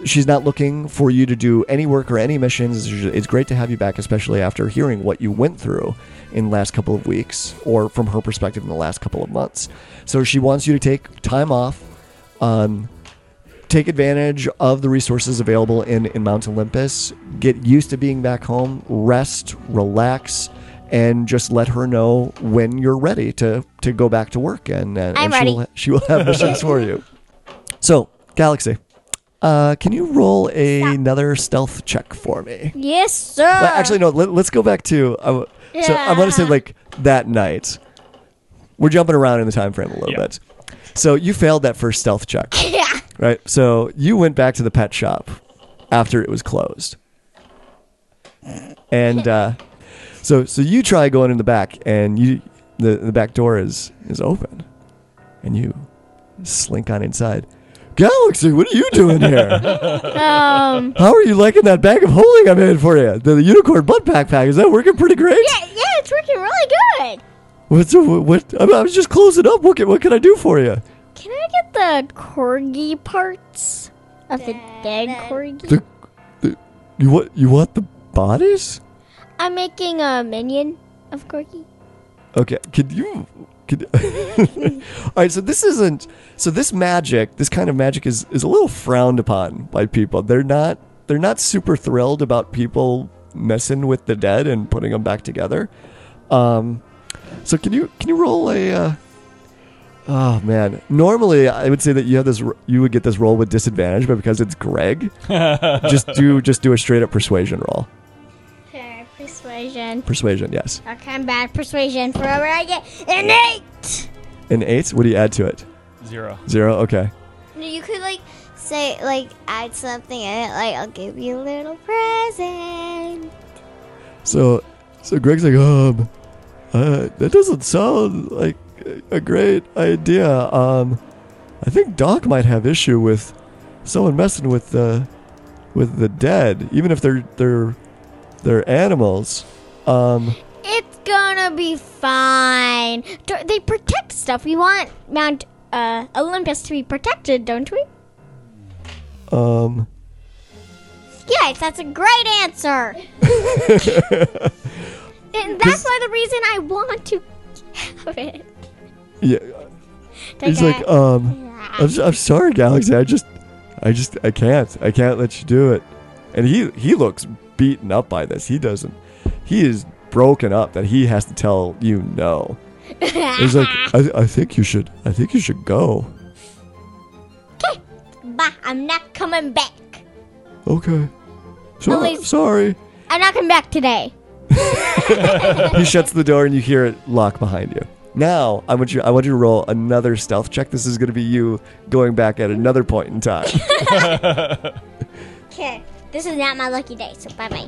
A: she's not looking for you to do any work or any missions. It's great to have you back, especially after hearing what you went through in the last couple of weeks, or from her perspective in the last couple of months. So she wants you to take time off. Um, take advantage of the resources available in, in Mount Olympus. Get used to being back home, rest, relax, and just let her know when you're ready to, to go back to work. And, and, and
D: I'm
A: she,
D: ready.
A: will, she will have missions for you. So, Galaxy, uh, can you roll a- another stealth check for me?
D: Yes, sir.
A: Well, actually, no, let, us go back to. I w So, I want to say, like, that night. We're jumping around in the time frame a little
E: Yeah.
A: bit. So, you failed that first stealth check.
D: yeah.
A: Right. So you went back to the pet shop after it was closed. And uh, so so you try going in the back and you the, the back door is is open. And you slink on inside. Galaxy, what are you doing here?
B: Um,
A: How are you liking that bag of holding I made for you? The, unicorn butt backpack is that working pretty great?
D: Yeah, it's working really good.
A: What's what? what I, I was just closing up. What can, what can I do for you?
B: can I get the corgi parts of the dead corgi?
A: The, the you what you want the bodies?
B: I'm making a minion of corgi.
A: Okay, could you? Could, all right, so this isn't. So this magic, this kind of magic, is is a little frowned upon by people. They're not. They're not super thrilled about people messing with the dead and putting them back together. Um, so can you can you roll a? Uh, oh man, normally I would say that you have this. r- You would get this roll with disadvantage, but because it's Greg, just do just do a straight up persuasion roll.
D: Okay, persuasion.
A: Persuasion, yes.
D: Okay, I'm bad at persuasion. Forever I get an eight.
A: An eight. What do you add to it?
E: Zero.
A: Zero. Okay.
F: You could like say like add something in it, like I'll give you a little present.
A: So, so Greg's like, um, uh, that doesn't sound like a great idea. Um, I think Doc might have issue with someone messing with the with the dead, even if they're they're they're animals. Um,
D: It's gonna be fine. Do- They protect stuff. We want Mount uh, Olympus to be protected, don't we?
A: um,
D: Yes, that's a great answer. and that's why the reason I want to have it.
A: yeah. He's
D: Okay.
A: like, um, I'm, s- I'm sorry, Galaxy. I just, I just, I can't, I can't let you do it. And he, he looks beaten up by this. He doesn't, he is broken up that he has to tell you no. He's like, I, I think you should, I think you should go.
D: Bah, I'm not coming back.
A: Okay. So,
D: least-
A: sorry.
D: I'm not coming back today.
A: he shuts the door and you hear it lock behind you. Now I want you I want you to roll another stealth check. This is gonna be you going back at another point in time.
D: Okay, this is not my lucky day, so bye bye.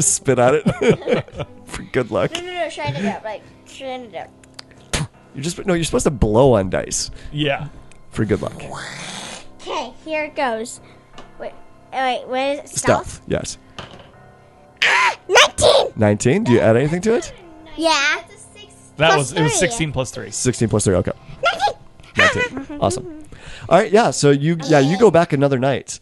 A: Spit on it. For good luck.
D: No, no, shine it up, like shine it up.
A: You're just no. You're supposed to blow on dice
E: Yeah.
A: for good luck.
D: Okay, here it goes. Wait, wait, what is it?
A: Stealth. Yes.
D: Nineteen.
A: Nineteen. Do you add anything to it?
D: Yeah.
E: That
D: Plus
E: was it was
D: three.
E: 16 plus 3.
A: Sixteen plus three. Okay. Nineteen. awesome. All right. Yeah. So you yeah you go back another night,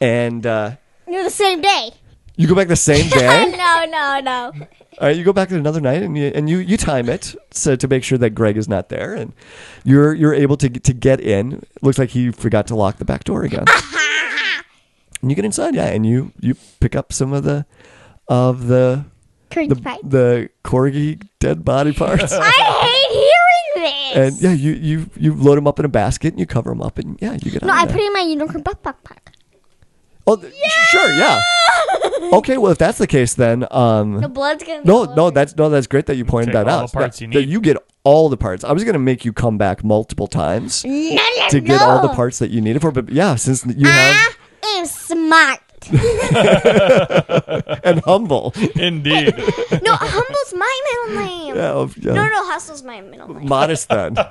A: and uh,
D: You're the same day.
A: You go back the same day.
F: No, no, no.
A: All right, you go back to another night and you and you, you time it so to make sure that Greg is not there and you're you're able to to get in. Looks like he forgot to lock the back door again. and you get inside, yeah, and you you pick up some of the of the the,
D: Corgi parts.
A: the corgi dead body parts.
D: I hate hearing this.
A: and yeah, you you you load them up in a basket and you cover them up and yeah, you get
D: no,
A: on
D: I
A: there.
D: put it in my unicorn buck backpack.
A: Oh, th- sure, yeah. Okay, well, if that's the case, then um,
F: The blood's gonna.
A: No,
F: go
A: no, that's no, that's great that you pointed
E: Take
A: that
E: all
A: out.
E: the parts
A: That-
E: you
A: that
E: need.
A: you get all the parts. I was gonna make you come back multiple times to get all the parts that you needed for. But yeah, since you
D: Ah.
A: have
D: I'm smart.
A: and humble,
E: Indeed.
F: No, humble's my middle name.
A: yeah, oh, yeah.
F: No, no, hustle's my middle name.
A: modest then.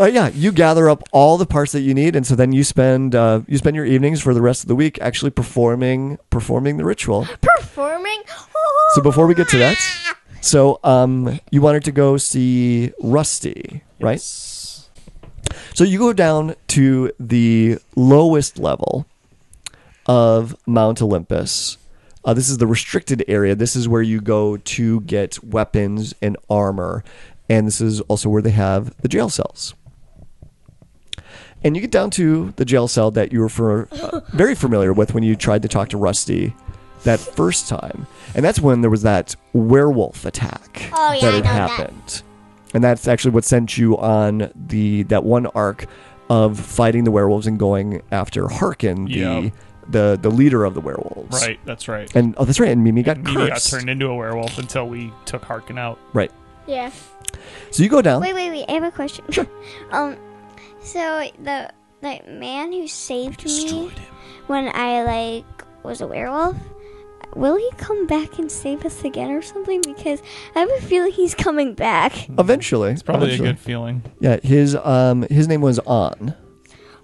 A: Uh, yeah, you gather up all the parts that you need, and so then you spend uh, you spend your evenings for the rest of the week actually performing performing the ritual.
F: Performing.
A: So before we get to that, so um, you wanted to go see Rusty, right? So you go down to the lowest level of Mount Olympus. Uh, this is the restricted area. This is where you go to get weapons and armor, and this is also where they have the jail cells. And you get down to the jail cell that you were for, uh, very familiar with when you tried to talk to Rusty that first time, and that's when there was that werewolf attack
D: Oh, yeah,
A: that had
D: I know that.
A: happened, and that's actually what sent you on the that one arc of fighting the werewolves and going after Harkin, the
E: Yeah.
A: the the leader of the werewolves,
E: right, that's right.
A: And oh, that's right, and Mimi got
E: Mimi got
A: cursed,
E: turned into a werewolf until we took Harkin out.
A: right?
F: Yeah.
A: So you go down.
F: Wait, wait, wait. I have a question. um, so the the man who saved me when I like was a werewolf, will he come back and save us again or something? Because I have a feeling he's coming back.
A: Eventually, it's
E: Probably a good feeling.
A: Yeah, his um his name was On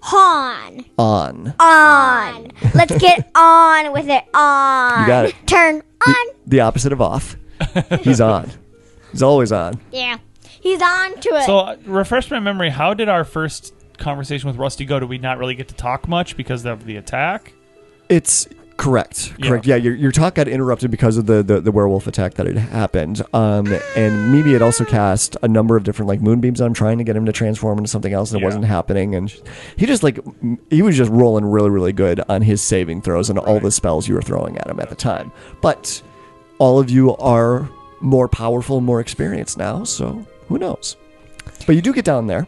D: Han.
A: On.
F: Ah.
D: On. Let's get on with it. On.
A: You got it.
D: Turn on.
A: The, the opposite of off. He's on. He's always on.
D: Yeah. He's on to it.
E: So uh, refresh my memory. How did our first conversation with Rusty go? Did we not really get to talk much because of the attack?
A: It's correct. Correct. Yeah, your, your talk got interrupted because of the, the, the werewolf attack that had happened. Um, and Mimi had also cast a number of different like moonbeams on him, trying to get him to transform into something else, and it
E: Yeah.
A: wasn't happening. And sh- he just like m- he was just rolling really really good on his saving throws and all the spells you were throwing at him at the time. But all of you are more powerful, and more experienced now, so who knows. But you do get down there.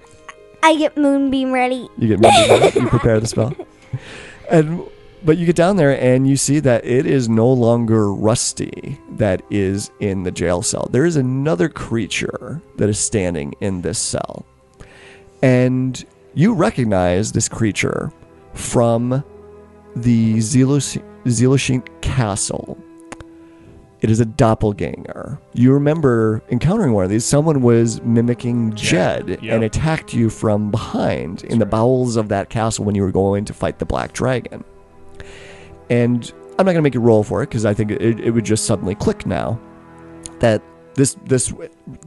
F: I get moonbeam ready.
A: You get reminded that you prepare the spell. And but you get down there and you see that it is no longer Rusty that is in the jail cell. There is another creature that is standing in this cell. And you recognize this creature from the Zelush- Zelushin Castle. It is a doppelganger. You remember encountering one of these. Someone was mimicking Jed, and
E: yep.
A: attacked you from behind in the bowels of that castle when you were going to fight the Black Dragon. And I'm not going to make you roll for it because I think it, it would just suddenly click now that this this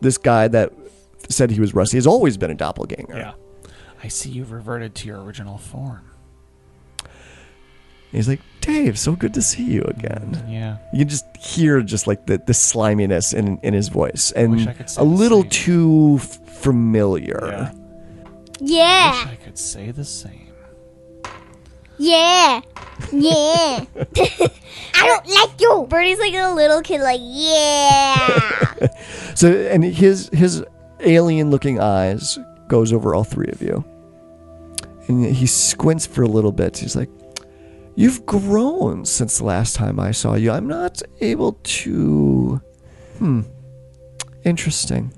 A: this guy that said he was Rusty has always been a doppelganger.
E: Yeah.
I: I see you've reverted to your original form.
A: And he's like, Dave, so good to see you again.
I: Yeah.
A: You can just hear just like the, the sliminess in, in his voice and
I: Wish I could say
A: a
I: the
A: little
I: same.
A: too f- familiar.
D: yeah.
I: I could say the same.
D: Yeah. Yeah. I don't like you.
F: Birdie's like a little kid, like yeah.
A: So and his his alien looking eyes goes over all three of you. And he squints for a little bit. He's like, You've grown since the last time I saw you. I'm not able to Hmm. Interesting.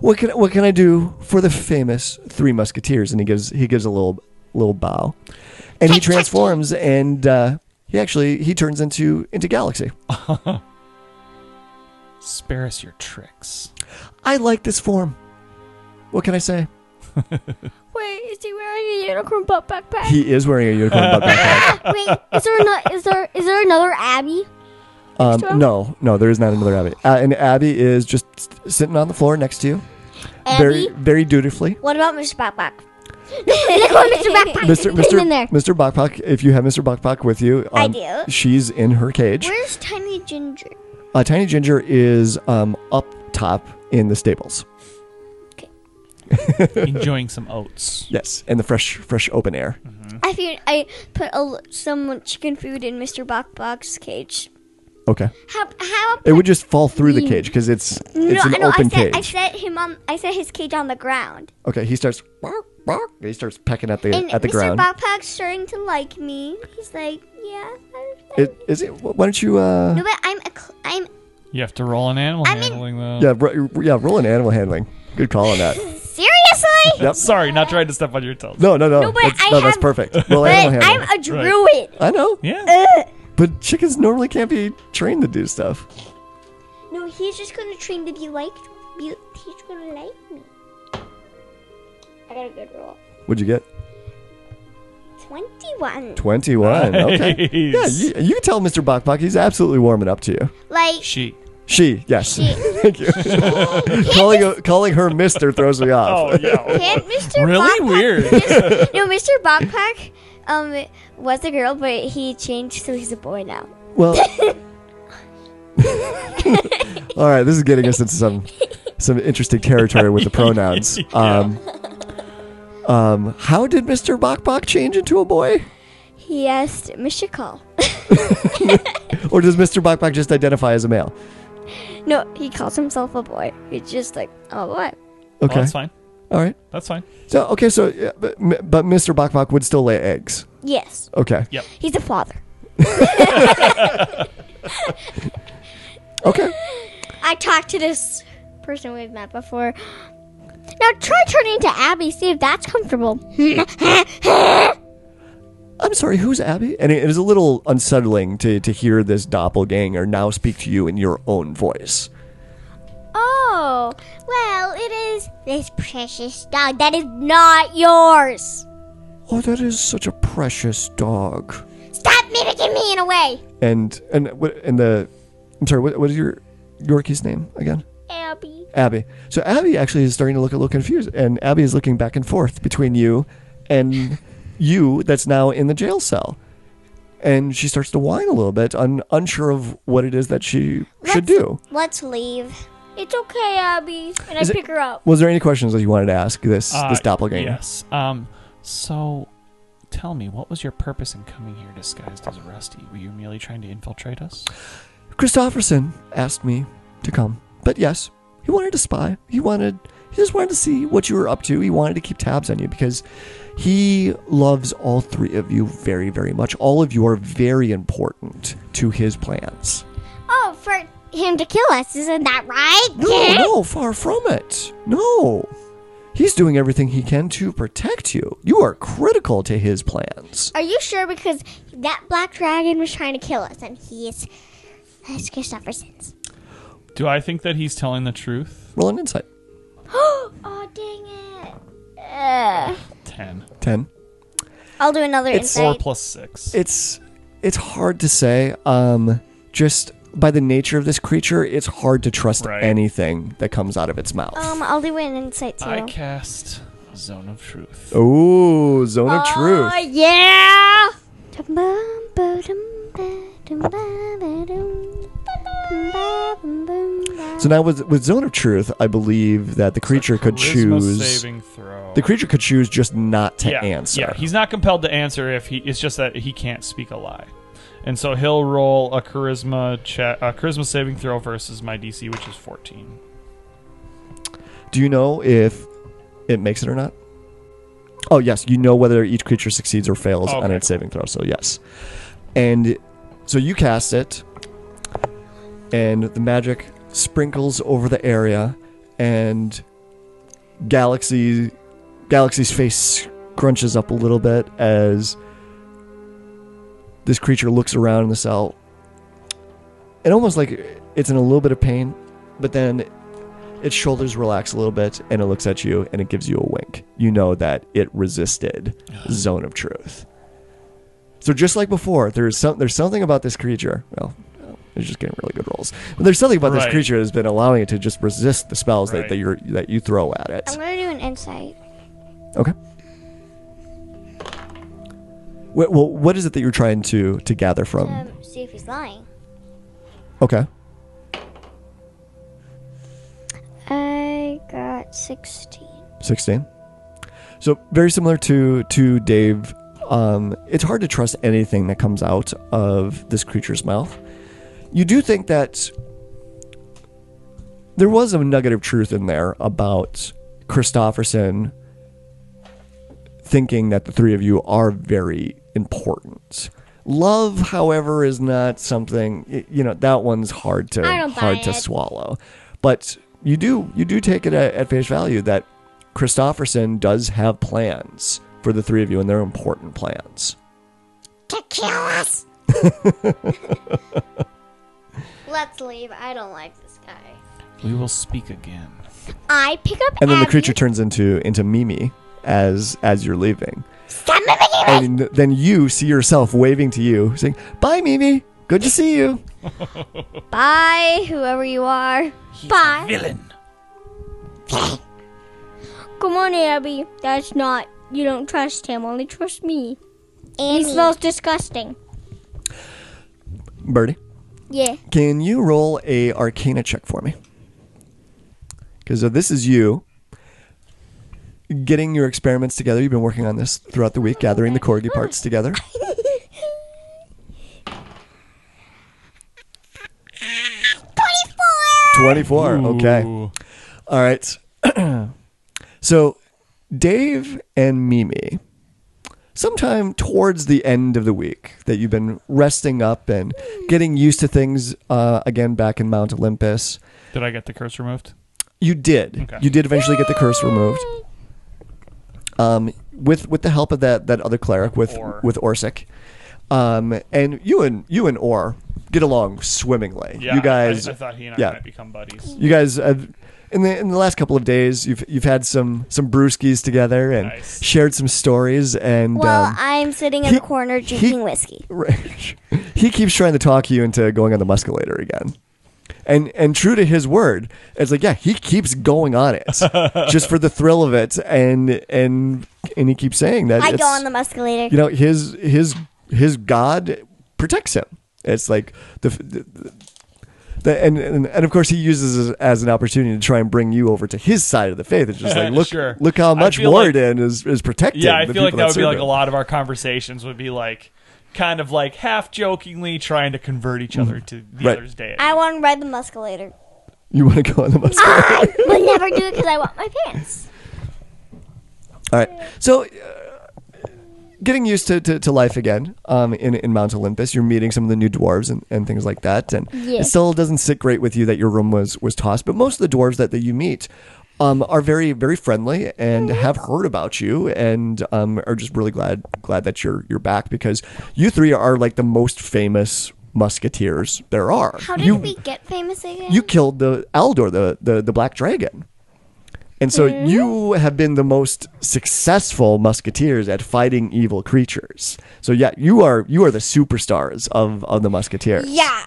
A: What can what can I do for the famous Three Musketeers? And he gives he gives a little little bow. And he transforms and uh, he actually he turns into into Galaxy.
I: Spare us your tricks.
A: I like this form. What can I say?
F: Wait, is he wearing a unicorn butt backpack?
A: He is wearing a unicorn butt backpack.
D: Wait, is there no, is there is there another Abby?
A: Um, no, no, there is not another Abby. Uh, and Abby is just s- sitting on the floor next to you,
D: Abby?
A: very, very dutifully.
F: What about Mr. Backpack?
D: Look what Mr. Backpack
A: Mr.
D: put him
A: Mr.
D: in there.
A: Mr. Bakpak, if you have Mr. Bakpak with you,
D: I
A: um,
D: do.
A: She's in her cage.
F: Where's Tiny Ginger?
A: Uh, Tiny Ginger is um, up top in the stables.
I: enjoying some oats.
A: Yes, and the fresh, fresh open air.
F: I feel I put a, l- some chicken food in Mr. Bok Bok's cage.
A: Okay,
F: How how
A: it would just fall through the cage because it's it's an
F: no,
A: open
F: I set, I
A: cage.
F: set him on. I set his cage on the ground.
A: okay, he starts. bark, bark, He starts pecking at the
F: And
A: at the
F: Mr.
A: ground.
F: Backpack's starting to like me. He's like, yeah. I- I-
A: It, is it? Why don't you? Uh,
F: No, but I'm a cl- I'm
I: You have to roll an animal
F: mean-
I: handling though.
A: yeah, ro- yeah. Roll an animal handling. Good call on that.
F: seriously.
A: Yep.
I: Sorry, not trying to step on your toes.
A: No, no, no.
F: No, but
A: that's,
F: I
A: no, that's
F: have-
A: perfect. Roll
F: But
A: animal
F: I'm
A: handling.
F: a druid.
A: I know,
I: Yeah.
A: but chickens normally can't be trained to do stuff.
D: No, he's just gonna train to be liked. Be, he's gonna like me. I got a good roll.
A: What'd you get?
D: Twenty-one.
A: 21. Okay. Yeah,
I: Nice.
A: you, you can tell Mr. Bakbak he's absolutely warming up to you.
D: Like
I: She.
A: She, yes. Thank you. calling, calling her Mister throws me off.
I: Oh yeah.
F: And Mr.
I: really
F: Backpack-
I: weird.
F: No, Mr. Backpack um was a girl, but he changed, so he's a boy now.
A: Well, all right. This is getting us into some some interesting territory with the pronouns. Um, um, how did Mister Bakbak change into a boy,
F: He asked Mr. Call.
A: or does Mister Bakbak just identify as a male?
F: No, he calls himself a boy. He's just like, oh, what?
A: Okay.
I: Oh, that's fine.
A: All right.
I: That's fine.
A: So okay. So yeah, but, but Mister Bakbak would still lay eggs.
F: Yes,
A: Okay.
F: he's a father.
A: Okay.
D: I talked to this person we've met before. Now try turning into Abby. See if that's comfortable.
A: I'm sorry, who's Abby? And it is a little unsettling to, to hear this doppelganger now speak to you in your own voice.
D: Oh, well, it is this precious dog that is not yours.
A: Oh, that is such a precious dog.
D: Stop mimicking me in a way.
A: And and what and the I'm sorry, what, what is your Yorkie's name again?
D: Abby.
A: Abby. So Abby actually is starting to look a little confused, and Abby is looking back and forth between you and you that's now in the jail cell. And she starts to whine a little bit, un, unsure of what it is that she should do.
D: Let's leave. It's okay, Abby. And
A: Is
D: I
A: it-
D: pick her up.
A: Was there any questions that you wanted to ask this this
I: Uh,
A: doppelganger?
I: Yes. Um. So, tell me, what was your purpose in coming here disguised as Rusty? Were you merely trying to infiltrate us?
A: Christofferson asked me to come. But yes, he wanted to spy. He wanted he just wanted to see what you were up to. He wanted to keep tabs on you because he loves all three of you very, very much. All of you are very important to his plans.
D: Oh, for him to kill us, isn't that right?
A: No, no, far from it. No. He's doing everything he can to protect you. You are critical to his plans.
D: Are you sure? Because that black dragon was trying to kill us, and he is. That's Christopherson's.
I: Do I think that he's telling the truth?
A: Roll an insight.
D: oh, dang it. Uh,
I: Ten.
A: 10.
D: I'll do another
I: Four
D: insight.
I: plus six.
A: it's it's hard to say um just by the nature of this creature it's hard to trust
I: Right.
A: anything that comes out of its mouth
F: Um, I'll do an insight too.
I: I cast Zone of Truth.
A: oh zone of truth
D: Oh, yeah.
A: so now with with zone of truth i believe that the creature could
I: Charisma
A: choose
I: saving throw.
A: the creature could choose just not to
I: yeah,
A: answer
I: Yeah, he's not compelled to answer if he. It's just that he can't speak a lie, and so he'll roll a charisma check, a charisma saving throw versus my DC, which is fourteen.
A: do you know if it makes it or not oh yes you know whether each creature succeeds or fails on
I: Okay.
A: its saving throw so yes and so you cast it and the magic sprinkles over the area and galaxy galaxy's face scrunches up a little bit as this creature looks around in the cell and almost like it's in a little bit of pain but then its shoulders relax a little bit and it looks at you and it gives you a wink you know that it resisted zone of truth so just like before there's some there's something about this creature well it's just getting really good rolls but there's something about this
I: Right.
A: creature that's been allowing it to just resist the spells that,
I: Right.
A: that you're that you throw at it
F: I'm gonna do an insight.
A: Okay. Wh- Well, what is it that you're trying to to gather from?
F: Um, see if he's lying.
A: okay.
F: I got 16.
A: 16 so very similar to to dave um, it's hard to trust anything that comes out of this creature's mouth you do think that there was a nugget of truth in there about christofferson thinking that the three of you are very important love however is not something y- you know that one's hard to
D: I don't buy
A: hard to
D: it.
A: swallow but you do you do take it at, at face value that Christofferson does have plans for the three of you, and they're important plans.
D: To kill us.
F: Let's leave. I don't like this guy.
I: We will speak again.
D: I pick up
A: And then
D: Abby.
A: the creature turns into into Mimi as as you're leaving,
D: Stop moving your head.
A: and then you see yourself waving to you, saying, "Bye, Mimi. Good to see you."
F: Bye, whoever you are.
D: Bye.
I: Villain.
F: Come on, Abby. That's not. You don't trust him. Only trust me.
D: Annie.
F: He smells disgusting.
A: Birdie,
D: Yeah.
A: can you roll a Arcana check for me? Because this is you getting your experiments together. You've been working on this throughout the week, gathering the corgi parts together. Twenty-four. Okay.
E: Ooh.
A: All right. so, Dave and Mimi, sometime towards the end of the week that you've been resting up and
E: Hmm.
A: getting used to things uh, again back in Mount Olympus,
E: Did I get the curse removed?
A: you did.
E: Okay.
A: You did eventually get the curse removed. Um, with with the help of that that other cleric with
E: Or.
A: with Orsic, um, and you and you and Or get along swimmingly.
E: Yeah,
A: you guys.
E: I, I thought he and I
A: yeah.
E: might become buddies.
A: You guys have in the in the last couple of days you've you've had some some brewskis together and
E: Nice.
A: shared some stories and
F: Well,
A: um,
F: I'm sitting in
A: he-
F: the corner
A: he-
F: drinking whiskey.
A: he keeps trying to talk you into going on the musculator again. And and true to his word, it's like yeah, he keeps going on it just for the thrill of it and and and he keeps saying that
F: I
A: it's-
F: go on the musculator.
A: you know his his his god protects him it's like the, the, the and, and and of course he uses it as an opportunity to try and bring you over to his side of the faith it's just like look
E: Sure.
A: look how
E: I
A: much
E: feel
A: warden is is protecting
E: Yeah, I
A: the
E: feel like
A: people
E: that would be
A: serve
E: like a
A: him.
E: lot of our conversations would be like kind of like half jokingly trying to convert each other to the
A: Mm. Right.
E: other's day.
F: I want to ride the musculator.
A: you want to go on the bus
F: Would never do it because I want my pants.
A: all right so uh, Getting used to, to, to life again um, in, in Mount Olympus. You're meeting some of the new dwarves and, and things like that. And it still doesn't sit great with you that your room was, was tossed. But most of the dwarves that, that you meet um, are very very friendly and
F: Mm-hmm.
A: have heard about you and um, are just really glad glad that you're you're back because you three are like the most famous musketeers there are.
F: How did
A: you,
F: we get famous again?
A: you killed the Aldor, the the, the black dragon. And so you have been the most successful musketeers at fighting evil creatures. So yeah, you are you are the superstars of, of the musketeers.
D: Yeah.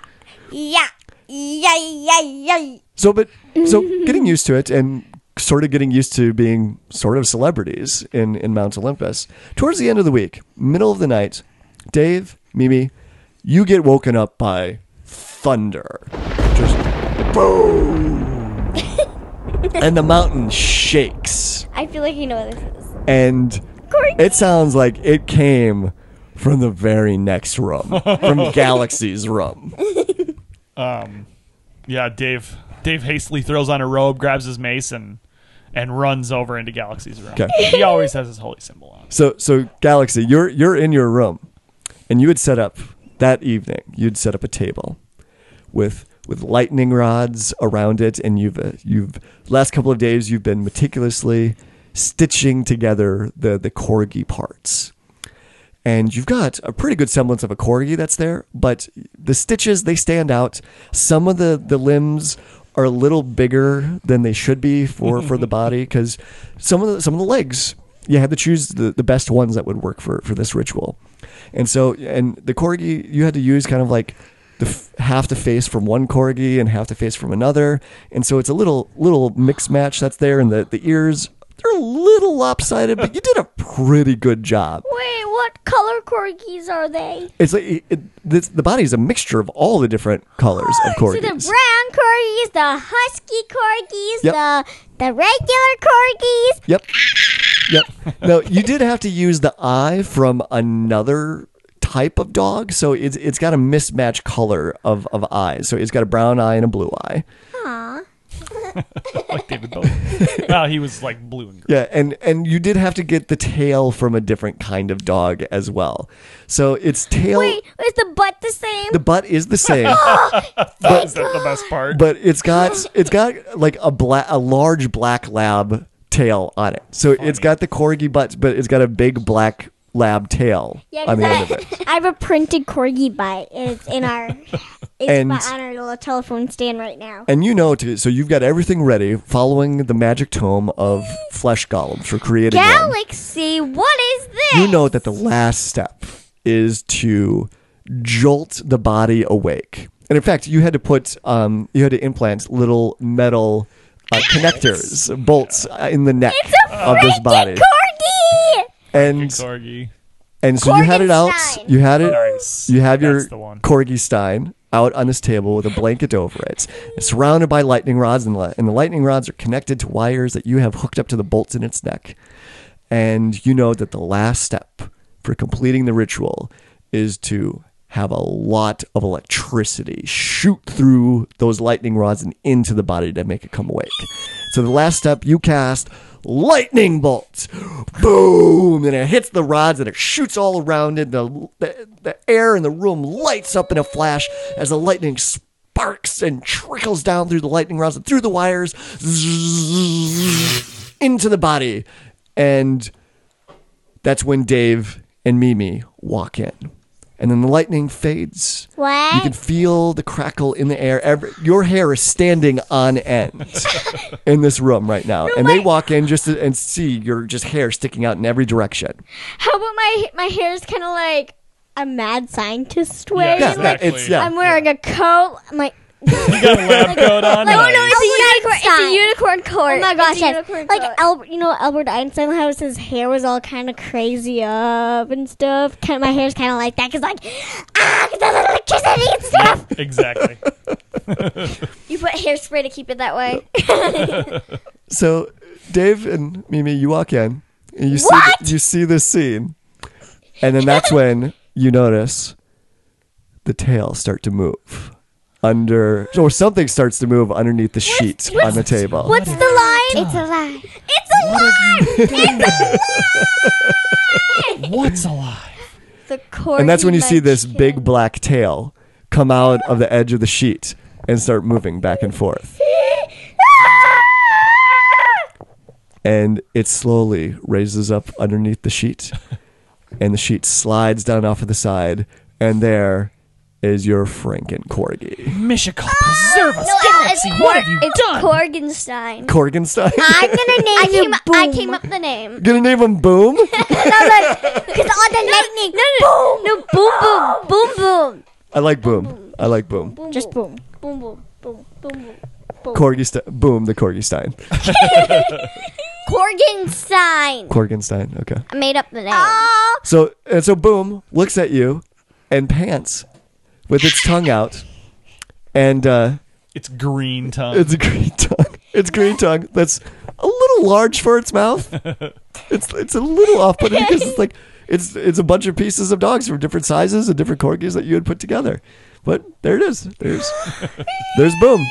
D: Yeah. Yeah. Yeah. Yeah.
A: So but so getting used to it and sort of getting used to being sort of celebrities in, in Mount Olympus. Towards the end of the week, middle of the night, Dave, Mimi, you get woken up by thunder. Just boom. and the mountain shakes
F: I feel like you know what this is.
A: and it sounds like it came from the very next room, from Galaxy's room.
E: yeah, Dave Dave hastily throws on a robe, grabs his mace and and runs over into Galaxy's room.
A: Okay.
E: He always has his holy symbol on.
A: So, so Galaxy, you're you're in your room, and you had set up that evening. You'd set up a table with with lightning rods around it, and you've uh, you've last couple of days you've been meticulously stitching together the the corgi parts, and you've got a pretty good semblance of a corgi that's there. But the stitches they stand out. Some of the the limbs are a little bigger than they should be for for the body because some of the some of the legs you had to choose the, the best ones that would work for for this ritual and so and the corgi you had to use kind of like the f- half the face from one corgi and half the face from another and so it's a little little mix match that's there and the the ears they're a little lopsided but you did a pretty good job
F: Wait, what
D: color corgis are they?
A: It's like it, it, this, the body is a mixture of all the different colors of
D: Oh, So the brown
A: corgis.
D: corgis, the husky corgis,
A: Yep.
D: the the regular corgis.
A: Yep. Yep. No, you did have to use the eye from another type of dog, so it's it's got a mismatch color of, of eyes. So it's got a brown eye and a blue eye.
E: like David Bowie. well, he was like blue and green.
A: Yeah, and and you did have to get the tail from a different kind of dog as well. So its tail
D: Wait, is the butt the same?
A: Oh. the butt is the same.
E: Is that the best part?
A: but it's got it's got like a black a large black lab tail on it. So it's got the corgi butts, but it's got a big black lab tail on the end of it.
D: I have a printed corgi butt. It's in our it's
A: And-
D: my- on our little telephone stand right now.
A: And you know, to, so you've got everything ready, following the magic tome of flesh golems for creating one.
D: Galaxy, what is this?
A: You know that the last step is to jolt the body awake. And in fact, you had to put, um, you had to implant little metal uh, connectors, bolts uh, in the neck of this body.
D: Corgi!
A: And
E: Corgi.
A: and so you had it out.
D: Korgenstein.
A: You had it.
E: Nice.
A: You have your
E: That's the one.
A: corgi stein out on this table with a blanket over it, surrounded by lightning rods, and, li- and the lightning rods are connected to wires that you have hooked up to the bolts in its neck. And you know that the last step for completing the ritual is to have a lot of electricity shoot through those lightning rods and into the body to make it come awake. So the last step you cast lightning bolts. Boom! And it hits the rods and it shoots all around it. The, the, the air in the room lights up in a flash as the lightning sparks and trickles down through the lightning rods and through the wires zzzz, into the body. And that's when Dave and Mimi walk in. And then the lightning fades.
D: What?
A: You can feel the crackle in the air. Every, your hair is standing on end in this room right now. and they walk in just to, and see your just hair sticking out in every direction.
D: How about my my hair's kind of like a mad scientist way?
A: Yeah,
E: Yeah,
D: Like,
A: yeah, it's yeah.
D: I'm wearing a coat. I'm like,
E: Got a lab coat on.
D: oh no, it's a unicorn. It's a
B: Einstein.
D: unicorn coat.
B: Oh my gosh,
D: it's a
B: yes.
D: unicorn
B: Like uh,
D: coat. Albert, you know Albert Einstein how his hair was all kind of crazy up and stuff. Kind my hair's kind of like that because like ah, 'cause there's electricity and stuff.
E: Exactly.
D: You put hairspray to keep it that way.
A: So Dave and Mimi, you walk in and you see
D: What?
A: you see this scene. And then that's when you notice the tail start to move under or something starts to move underneath the sheet on the table.
D: What's the line?
B: It's a lie.
D: It's a line.
I: What's a lie?
D: The corgi.
A: and that's when you see this big black tail come out of the edge of the sheet and start moving back and forth. And it slowly raises up underneath the sheet, and the sheet slides down off of the side, and there is your Franken Corgi.
I: Mishikal, preserve us. Galaxy, what have you done?
F: Korgenstein.
A: Korgenstein?
D: I'm gonna name
F: I
D: you
F: came, I
D: Boom.
F: came up with the name.
A: Gonna name him Boom?
D: Because all the lightning. No, no, boom. no, boom, boom, boom,
A: I like Boom. I like Boom.
D: boom. Just boom.
F: Boom, boom, boom, boom, boom.
A: Corgi Ste- Boom, the Corgi Stein.
F: Korgenstein.
A: Korgenstein, okay.
F: I made up the name.
D: Ah.
A: So and so boom looks at you and pants with its tongue out. And uh,
E: It's green tongue.
A: it's a green tongue. It's green tongue that's a little large for its mouth. It's it's a little off putting because it's like it's it's a bunch of pieces of dogs from different sizes and different corgis that you had put together. But there it is. There's there's boom.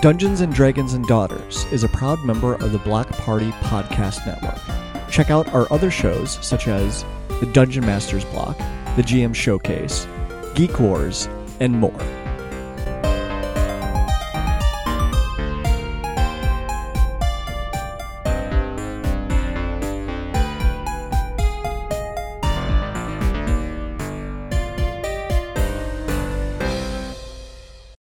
A: Dungeons and Dragons and Daughters is a proud member of the Block Party Podcast Network. Check out our other shows such as The Dungeon Masters Block, The GM Showcase, Geek Wars, and more.